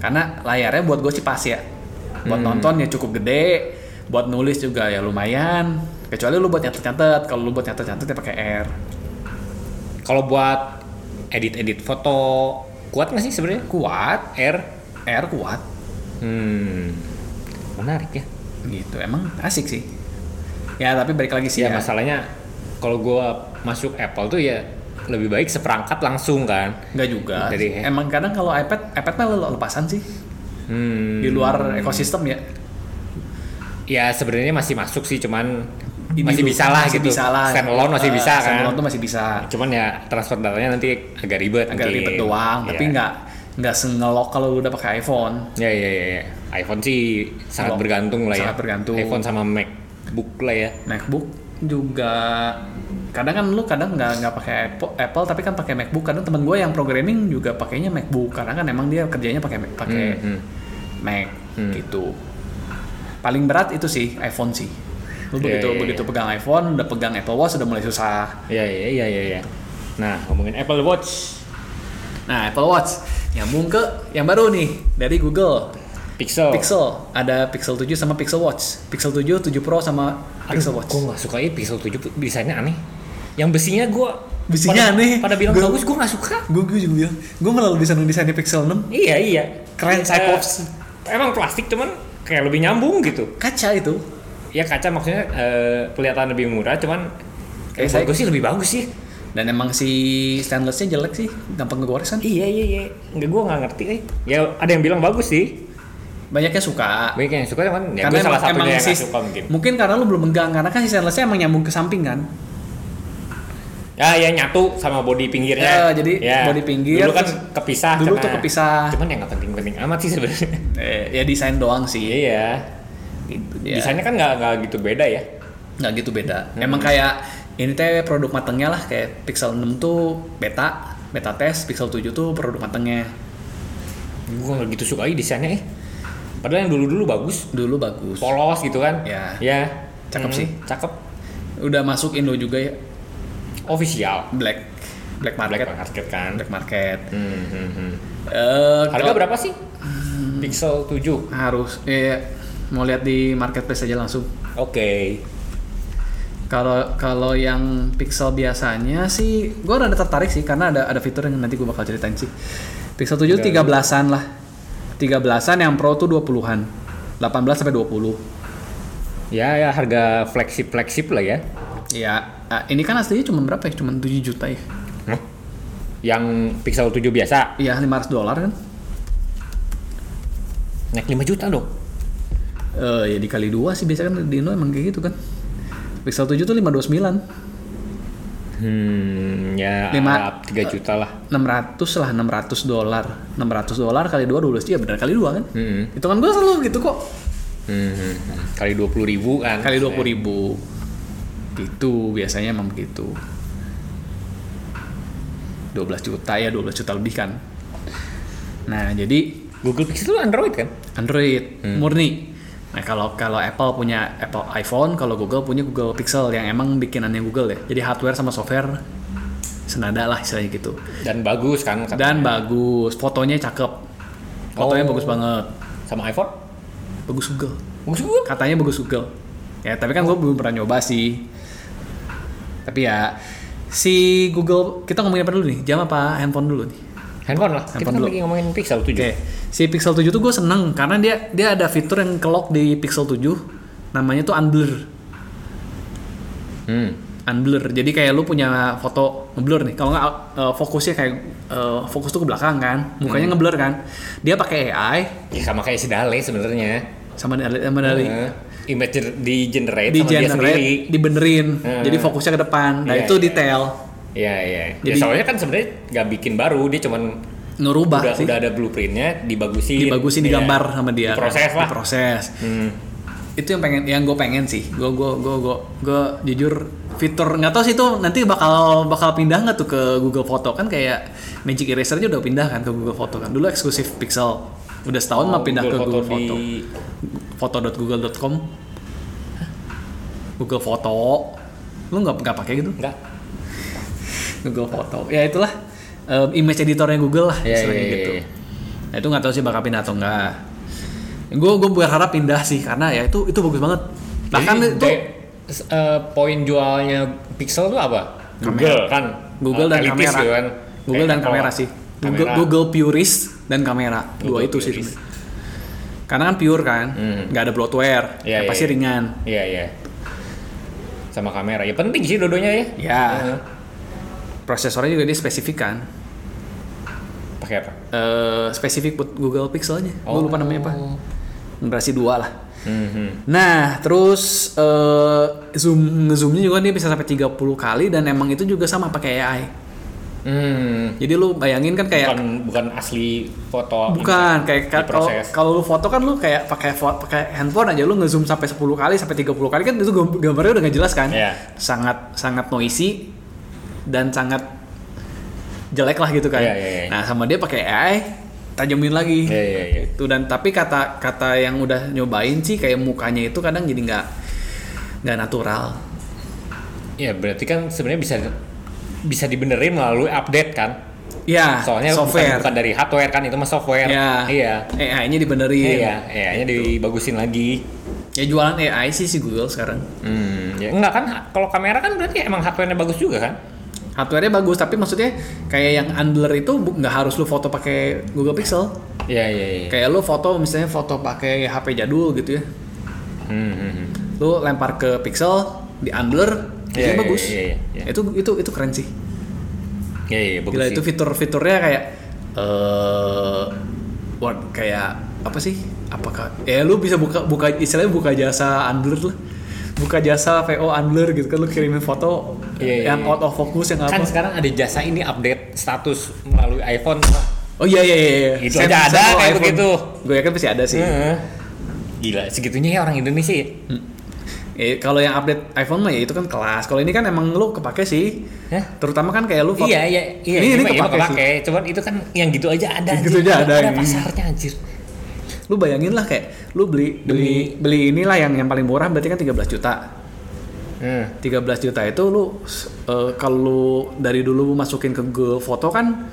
karena layarnya buat gue sih pas ya Hmm. buat nonton ya cukup gede buat nulis juga ya lumayan kecuali lu buat nyatet nyatet kalau lu buat nyatet nyatet ya pakai R Kalau buat edit-edit foto kuat nggak sih sebenarnya? kuat Air. R kuat Hmm. Menarik ya. gitu emang asik sih ya tapi balik lagi sih Ya, ya, masalahnya kalau gua masuk Apple tuh ya lebih baik seperangkat langsung kan. nggak juga Jadi, eh. emang kadang kalau iPad iPad mah lo- lepasan sih Hmm. di luar ekosistem ya Ya sebenarnya masih masuk sih cuman Ini masih dulu, bisa lah masih gitu. bisa lah Standalone masih Eh, bisa kan. standalone tuh masih bisa Cuman ya transfer datanya nanti agak ribet. agak mungkin. ribet doang tapi Iya. nggak nggak sengelok kalau lu udah pakai iPhone Ya ya ya. ya. iPhone sih sangat Kalau- bergantung lah ya. sangat bergantung. iPhone sama MacBook lah ya. MacBook juga kadang kan lu kadang nggak nggak pakai Apple, Apple tapi kan pakai MacBook kadang teman gue yang programming juga pakainya MacBook karena kan emang dia kerjanya pakai Mac- pakai Hmm, hmm. Mac Hmm. gitu paling berat itu sih iPhone sih lu Iya, begitu iya, iya. begitu pegang iPhone udah pegang Apple Watch udah mulai susah Ya ya ya ya ya. Nah, ngomongin Apple Watch nah Apple Watch nyambung ke yang baru nih dari Google Oh. Pixel. Pixel ada Pixel 7 sama Pixel Watch Pixel 7 7 Pro sama Pixel Watch Gue gak suka ya Pixel 7 desainnya aneh. Yang besinya gue Besinya pada, aneh. Pada bilang Gua- bagus gue gak suka. gue juga bilang gue malah lebih seneng desainnya Pixel 6 Iya iya. Keren, Eh, Cyclops. emang plastik cuman kayak lebih nyambung gitu. kaca itu Ya kaca maksudnya eh, kelihatan lebih murah cuman Kayak kayak bagus sih lebih bagus sih. dan emang si stainlessnya jelek sih gampang ngegores kan Iya iya iya. Enggak gue nggak ngerti. Eh. Ya ada yang bilang bagus sih. banyak yang suka Banyak yang suka cuman ya gue emang- salah satunya emang yang si- gak suka mungkin. karena lu belum megang karena kan si stainlessnya emang nyambung ke samping kan Ya ya nyatu sama body Ya, pinggirnya. jadi body pinggir, Dulu kan terus- kepisah. dulu karena- tuh kepisah. Cuman ya nggak penting-penting amat sih sebenarnya. eh, ya desain doang sih Iya. gitu ya. ya. Desainnya kan nggak nggak gitu beda ya. nggak gitu beda emang kayak ini teh produk matangnya lah kayak Pixel 6 tuh beta beta test Pixel 7 tuh produk matangnya Gue nggak gitu suka aja desainnya eh. Padahal yang dulu-dulu bagus, dulu bagus polos gitu kan. Ya. Ya. Cakep sih. Cakep. udah masuk Indo juga ya Official. black black market Black market kan. black market Hmm, hmm, hmm. Eh, Harga kalau- Hmm. berapa sih? Pixel 7. Oke. Harus eh, ya mau lihat di marketplace aja langsung. Kalau kalau yang Pixel biasanya sih, gue rada tertarik sih karena ada ada fitur yang nanti gue bakal ceritain sih. Pixel 7 13-an lah. 13-an yang Pro tuh 20-an. 18 sampai 20. Ya ya harga flagship flagship lah ya. Iya. ah, ini kan aslinya cuma berapa ya? Cuma 7 juta ya? Yang Pixel 7 biasa Iya 500 dolar kan? naik 5 juta dong. Eh ya dikali dua sih biasanya kan di Indo emang kayak gitu kan. Pixel 7 tuh 529. Hmm, ya Lima- Arab 3 juta lah. 600 lah 600 dolar 600 dolar kali dua 12 ya bener kali dua kan Hmm. hitungan gue selalu gitu kok Hmm, kali 20 ribu kan. kali 20 ribu itu biasanya emang begitu 12 juta ya 12 juta lebih kan nah jadi Google Pixel itu Android kan? Android murni nah kalau kalau Apple punya Apple iPhone kalau Google punya Google Pixel yang emang bikinannya Google ya jadi hardware sama software senada lah istilahnya gitu Dan bagus kan kata- dan bagus fotonya cakep fotonya Oh. bagus banget sama iPhone? bagus Google Bagus Google. katanya bagus Google ya tapi kan gue belum pernah nyoba sih tapi ya si Google kita ngomongin apa dulu nih jam apa handphone dulu nih Handphone lah. Kita Handphone kan dulu. lagi ngomongin Pixel 7. oke si Pixel 7 tuh gue seneng karena dia dia ada fitur yang kelok di Pixel 7 namanya tuh unblur Hmm. unblur jadi kayak lu punya foto ngeblur nih kalau nggak eh, fokusnya kayak eh, fokus tuh ke belakang kan Hmm. mukanya ngeblur kan dia pakai AI Ya sama kayak si Dale sebenarnya. sama dari sama dari Eh, image ger- di generate di sama dia sendiri. generate dibenerin Hmm. jadi fokusnya ke depan nah Iya, itu iya. detail Iya, iya. Ya, Jadi- soalnya kan sebenarnya nggak bikin baru, dia cuman ngerubah udah, Ah, sih udah ada blueprintnya, dibagusin. dibagusin Iya. digambar sama dia Diproses lah. Diproses. Hmm. itu yang pengen yang gue pengen sih gue gue gue gue gue jujur fitur nggak tahu sih itu nanti bakal bakal pindah nggak tuh ke Google Foto kan kayak Magic Eraser-nya udah pindah kan ke Google Foto kan dulu eksklusif Pixel udah setahun mah Oh, pindah ke Google Foto Foto di- foto.google.com Google Foto lu nggak nggak pakai gitu Enggak. Google Foto. Ya itulah um, image editornya Google lah Iya, istilahnya iya, gitu. iya. Nah, itu nggak tahu sih bakal pindah atau enggak. Gue gue berharap pindah sih karena ya itu itu bagus banget. Bahkan Jadi, itu de- s- eh, poin jualnya Pixel tuh apa? Google kan. Google Eh, dan elitis kamera. gitu kan. Google Kayak dan kamera kalau- sih. Google, kamera. Google purist dan kamera. Dua Google itu sih. purist. sebenarnya. Karena kan pure kan, Hmm. nggak ada bloatware, yang Iya, iya, pasti iya. ringan. Iya, iya. Sama kamera. Ya penting sih dodonya ya. Ya, Eh, prosesornya juga dia spesifik kan. Pakai apa? Eh, spesifik buat Google Pixelnya. Gue lupa namanya apa. Oh. Generasi 2 lah. Mhm. Nah, terus eh, zoom ngezoomnya juga dia bisa sampai 30 kali dan emang itu juga sama pakai AI. Hmm. Jadi lu bayangin kan kayak Bukan bukan asli foto. bukan kayak ka- kalau diproses. kalau lu foto kan lu kayak pakai fo- pakai handphone aja lu ngezoom sampai 10 kali sampai 30 kali kan itu gam- gambarnya udah nggak jelas kan? Iya. Sangat sangat noisy dan sangat jelek lah gitu kan. Iya, iya, iya. Nah, sama dia pakai AI tajamin lagi. Iya, iya, iya. Itu dan tapi kata kata yang udah nyobain sih kayak mukanya itu kadang jadi nggak nggak natural. Ya berarti kan sebenarnya bisa bisa dibenerin melalui update kan. Ya, Soalnya bukan- software. Bukan, dari hardware kan itu mah software. Ya. Iya. AI-nya dibenerin. Iya, iya, Gitu. dibagusin lagi. Ya jualan AI sih si Google sekarang. Hmm, ya enggak kan kalau kamera kan berarti emang hardware-nya bagus juga kan? Hardware-nya bagus, tapi maksudnya kayak yang under itu bu- nggak harus lu foto pakai Google Pixel. Iya, iya, iya. Kayak lu foto misalnya foto pakai HP jadul gitu ya. Hmm, hmm, hmm. Lu lempar ke Pixel, di under, jadi Iya, iya, bagus. iya, iya, iya. Itu itu itu keren sih. Iya, iya, bagus. Gila sih. itu fitur-fiturnya kayak eh word kayak apa sih? Apakah ya lu bisa buka buka istilahnya buka jasa unblur lah. Buka jasa VO unblur gitu kan lu kirimin foto Iya, iya, yang iya. out of focus yang apa. kan sekarang ada jasa ini update status melalui iPhone. Pak. Oh iya iya iya. iya. Itu aja ada kayak begitu. Hmm. Gue yakin pasti ada sih. Heeh. Gila, segitunya ya orang Indonesia ya? Eh, kalau yang update iPhone mah ya itu kan kelas. Kalau ini kan emang lu kepake sih. Hah? Terutama kan kayak lu foto. Iya, iya, iya. Ini, ini mah- mah kepake, sih. Cuman itu kan yang gitu aja Yang ada. anjir. gitu aja ada, Ada ini. pasarnya anjir. Lu bayangin lah kayak lu beli beli beli inilah yang yang paling murah berarti kan 13 juta. Hmm. 13 juta itu lu eh, kalau lu dari dulu masukin ke Google Foto kan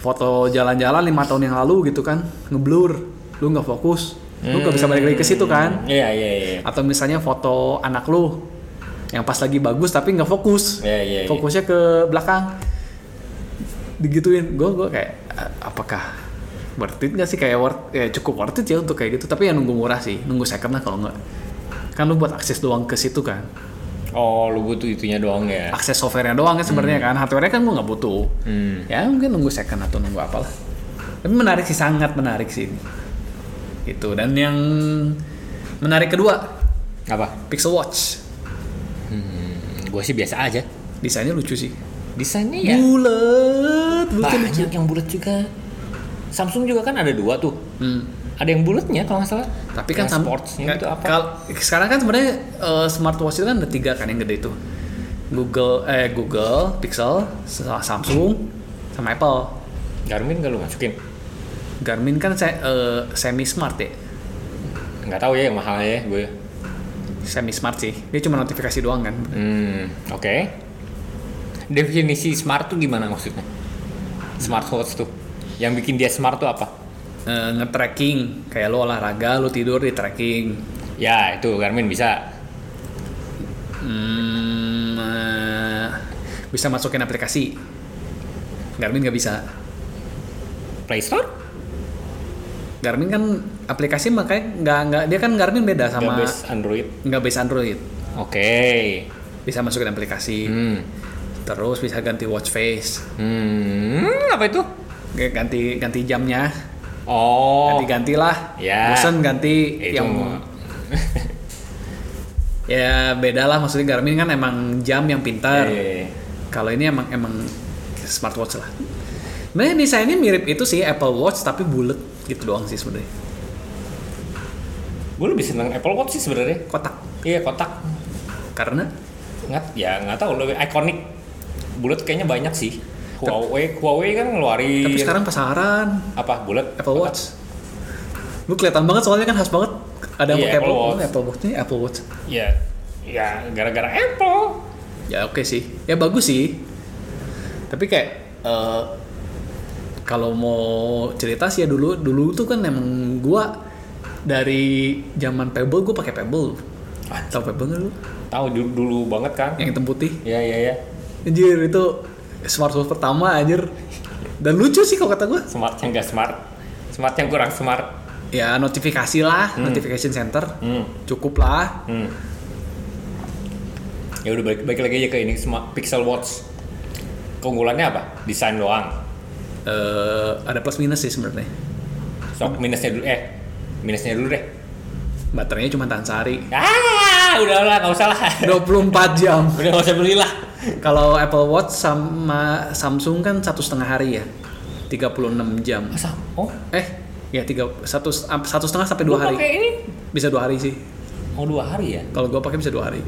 foto jalan-jalan lima tahun yang lalu gitu kan ngeblur lu nggak fokus lu nggak bisa balik lagi ke situ kan Iya, iya, iya. atau misalnya foto anak lu yang pas lagi bagus tapi nggak fokus Iya, iya, iya. fokusnya ke belakang digituin gue gue kayak "A- apakah worth it nggak sih kayak worth ya cukup worth it ya untuk kayak gitu tapi ya nunggu murah sih nunggu second lah kalau nggak kan lu buat akses doang ke situ kan Oh, lu butuh itunya doang ya. akses softwarenya doang kan sebenarnya kan hardware-nya kan gue nggak butuh Hmm. ya mungkin nunggu second atau nunggu apalah tapi menarik sih sangat menarik sih ini itu dan yang menarik kedua Apa? Pixel Watch Gua sih biasa aja. desainnya lucu sih Desainnya ya bulat bukan banyak yang bulat juga. Samsung juga kan ada dua tuh. Hmm. Ada yang bulatnya kalau nggak salah. tapi kan Yang sam- sportsnya nggak- gitu apa? kal- sekarang kan sebenarnya eh, smartwatch itu kan ada tiga kan yang gede itu Google eh Google Pixel sama Samsung sama Apple Garmin nggak lu masukin? Garmin kan se- eh, semi smart ya Nggak tahu ya yang mahalnya ya gue. semi smart sih dia cuma notifikasi doang kan Hmm, oke. Definisi smart tuh gimana maksudnya? Smartwatch tuh. Yang bikin dia smart tuh apa? Eh, nge-tracking kayak lo olahraga lo tidur di tracking Ya, itu Garmin bisa. Hmm, eh, bisa masukin aplikasi Garmin nggak bisa Play Store? Garmin kan aplikasi makanya nggak nggak dia kan Garmin beda sama Nggak base Android. nggak base Android Oke. bisa masukin aplikasi Hmm. terus bisa ganti watch face Hmm, apa itu? Kayak ganti ganti jamnya Oh. ganti gantilah Ya. bosen ganti Itu yang mah. ya beda lah maksudnya Garmin kan emang jam yang pintar Iya, iya, iya. kalau ini emang emang smartwatch lah nah desainnya mirip itu sih Apple Watch tapi bulat gitu doang sih sebenarnya Gue lebih seneng Apple Watch sih sebenarnya. kotak Iya, kotak. karena Nggak, ya nggak tahu lebih ikonik. Bulat kayaknya banyak sih. Huawei, Huawei kan ngeluarin tapi sekarang pasaran apa bulat Apple Watch lu kelihatan banget soalnya kan khas banget ada yang Iya, pakai Apple, Apple Watch. Watch. Apple Watch ini Apple Watch Ya, ya gara-gara Apple. ya oke sih ya bagus sih tapi kayak eh, kalau mau cerita sih ya dulu dulu tuh kan emang gua dari zaman Pebble gua pakai Pebble tau Pebble nggak lu Tahu dulu, dulu banget kan? yang hitam putih Ya ya ya. anjir itu smartphone pertama anjir dan lucu sih kalau kata gua Smart yang nggak smart, smart yang kurang smart. ya notifikasi lah notification center Hmm. cukup lah Hmm. Ya udah balik, balik lagi aja ke ini smart Pixel Watch. Keunggulannya apa? Desain doang. Eh, ada plus minus sih sebenarnya Sok minusnya dulu eh minusnya dulu deh. baterainya cuma tahan sehari Ah, udah lah, nggak usah lah. 24 jam udah nggak usah belilah. Kalau Apple Watch sama Samsung kan satu setengah hari ya, 36 jam. Masa? Oh, Eh, ya tiga satu satu setengah sampai lu dua hari. pakai ini? Bisa dua hari sih. Oh dua hari ya? Kalau gua pakai bisa dua hari.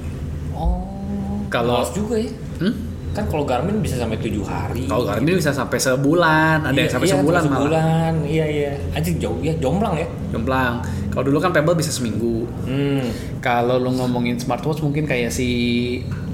Oh. Kalau- Males juga ya. Hmm? Kan kalau Garmin bisa sampai tujuh hari. Kalau Garmin bisa sampai sebulan, Oh, ada Iya, yang sampai iya, sebulan sampai malah. sebulan, iya iya. Anjing jauh ya, jomplang ya. Jomplang. Kalau dulu kan Pebble bisa seminggu. Hmm. Kalau lu ngomongin smartwatch mungkin kayak si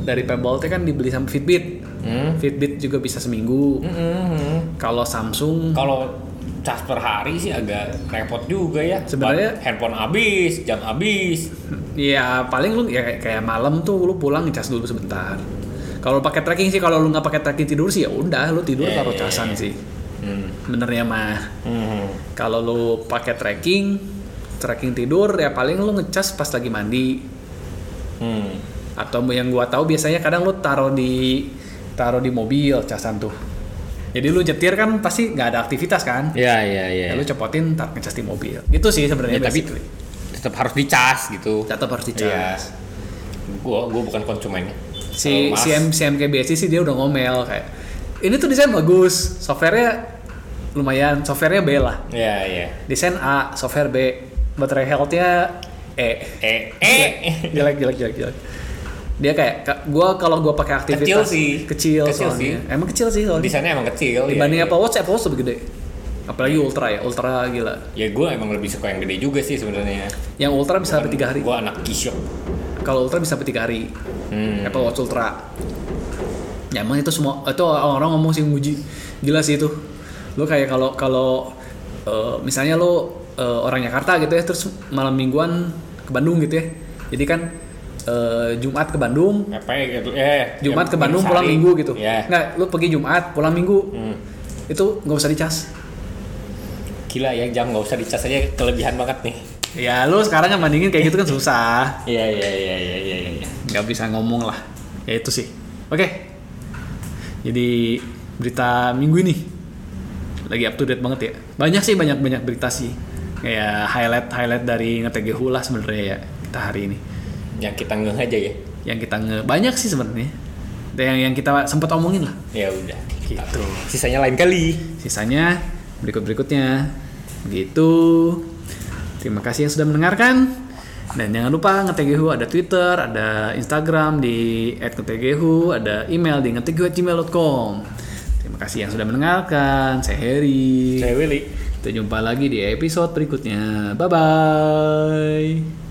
dari Pebble itu kan dibeli sama Fitbit. Hmm. Fitbit juga bisa seminggu. Mm-mm. Kalau Samsung Kalau cas per hari sih agak repot juga ya. Sebenarnya- Ba- handphone habis, jam habis. Ya paling lu ya kayak- kayak malam tuh lu pulang ngecas dulu sebentar. Kalau pakai tracking sih kalau lu nggak pakai tracking tidur sih ya udah lu tidur Iya, taruh iya, casan sih. Hmm. Benernya mah. Hmm. Kalau lu pakai tracking tracking tidur ya paling lu ngecas pas lagi mandi Hmm. atau yang gua tahu biasanya kadang lu taruh di taruh di mobil casan tuh. Jadi lu nyetir kan pasti nggak ada aktivitas kan? Ya ya Ya, ya. lu copotin tar ngecas di mobil. Gitu sih sebenarnya Ya, tapi basically. tetap harus dicas gitu. tetap harus dicas. Iya. Gua gua bukan konsumennya. si Kalau si malas- M- si MKBSD sih dia udah ngomel kayak ini tuh desain bagus softwarenya lumayan softwarenya B lah Iya iya. desain A software B baterai healthnya E Eh eh. jelek jelek jelek jelek dia kayak "Ka- gua kalau gua pakai aktivitas Kecil sih. kecil, Kecil soalnya emang kecil sih soalnya Desainnya emang kecil. ya, dibanding iya. Apple Watch Apple Watch lebih gede apalagi Ultra ya Ultra gila Ya gue emang lebih suka yang gede juga sih sebenarnya. yang Ultra bisa sampai tiga hari Gue anak kisyok. kalau Ultra bisa sampai tiga hari Hmm. Apple Watch Ultra ya emang itu semua itu orang ngomong sih muji gila sih itu lo kayak kalau kalau eh, misalnya lo eh, orang Jakarta gitu ya terus malam mingguan ke Bandung gitu ya jadi kan eh, Jumat ke Bandung Apa ya gitu? Eh, Jumat ya, ke Bandung sehari. pulang Minggu gitu Ya. nah lo pergi Jumat pulang Minggu Hmm. itu nggak usah dicas Gila ya jam nggak usah dicas aja kelebihan banget nih. Ya lu sekarang ngebandingin kayak gitu kan susah. Iya iya iya iya iya. iya. Nggak bisa ngomong lah. Ya itu sih. Oke. Jadi berita minggu ini lagi up to date banget ya. Banyak sih banyak banyak berita sih. Kayak highlight highlight dari ngetegehu lah sebenarnya ya kita hari ini. Yang kita ngeh aja ya. Yang kita nge banyak sih sebenarnya. Dan Yang yang kita sempat omongin lah. Ya udah. Gitu. Sisanya lain kali. Sisanya berikut-berikutnya. Begitu. Terima kasih yang sudah mendengarkan. Dan jangan lupa ngetegehu ada Twitter, ada Instagram di @ngetegehu, ada email di ngetegehu@gmail.com. Terima kasih yang sudah mendengarkan. Saya Heri. Saya Willy. Kita jumpa lagi di episode berikutnya. Bye bye.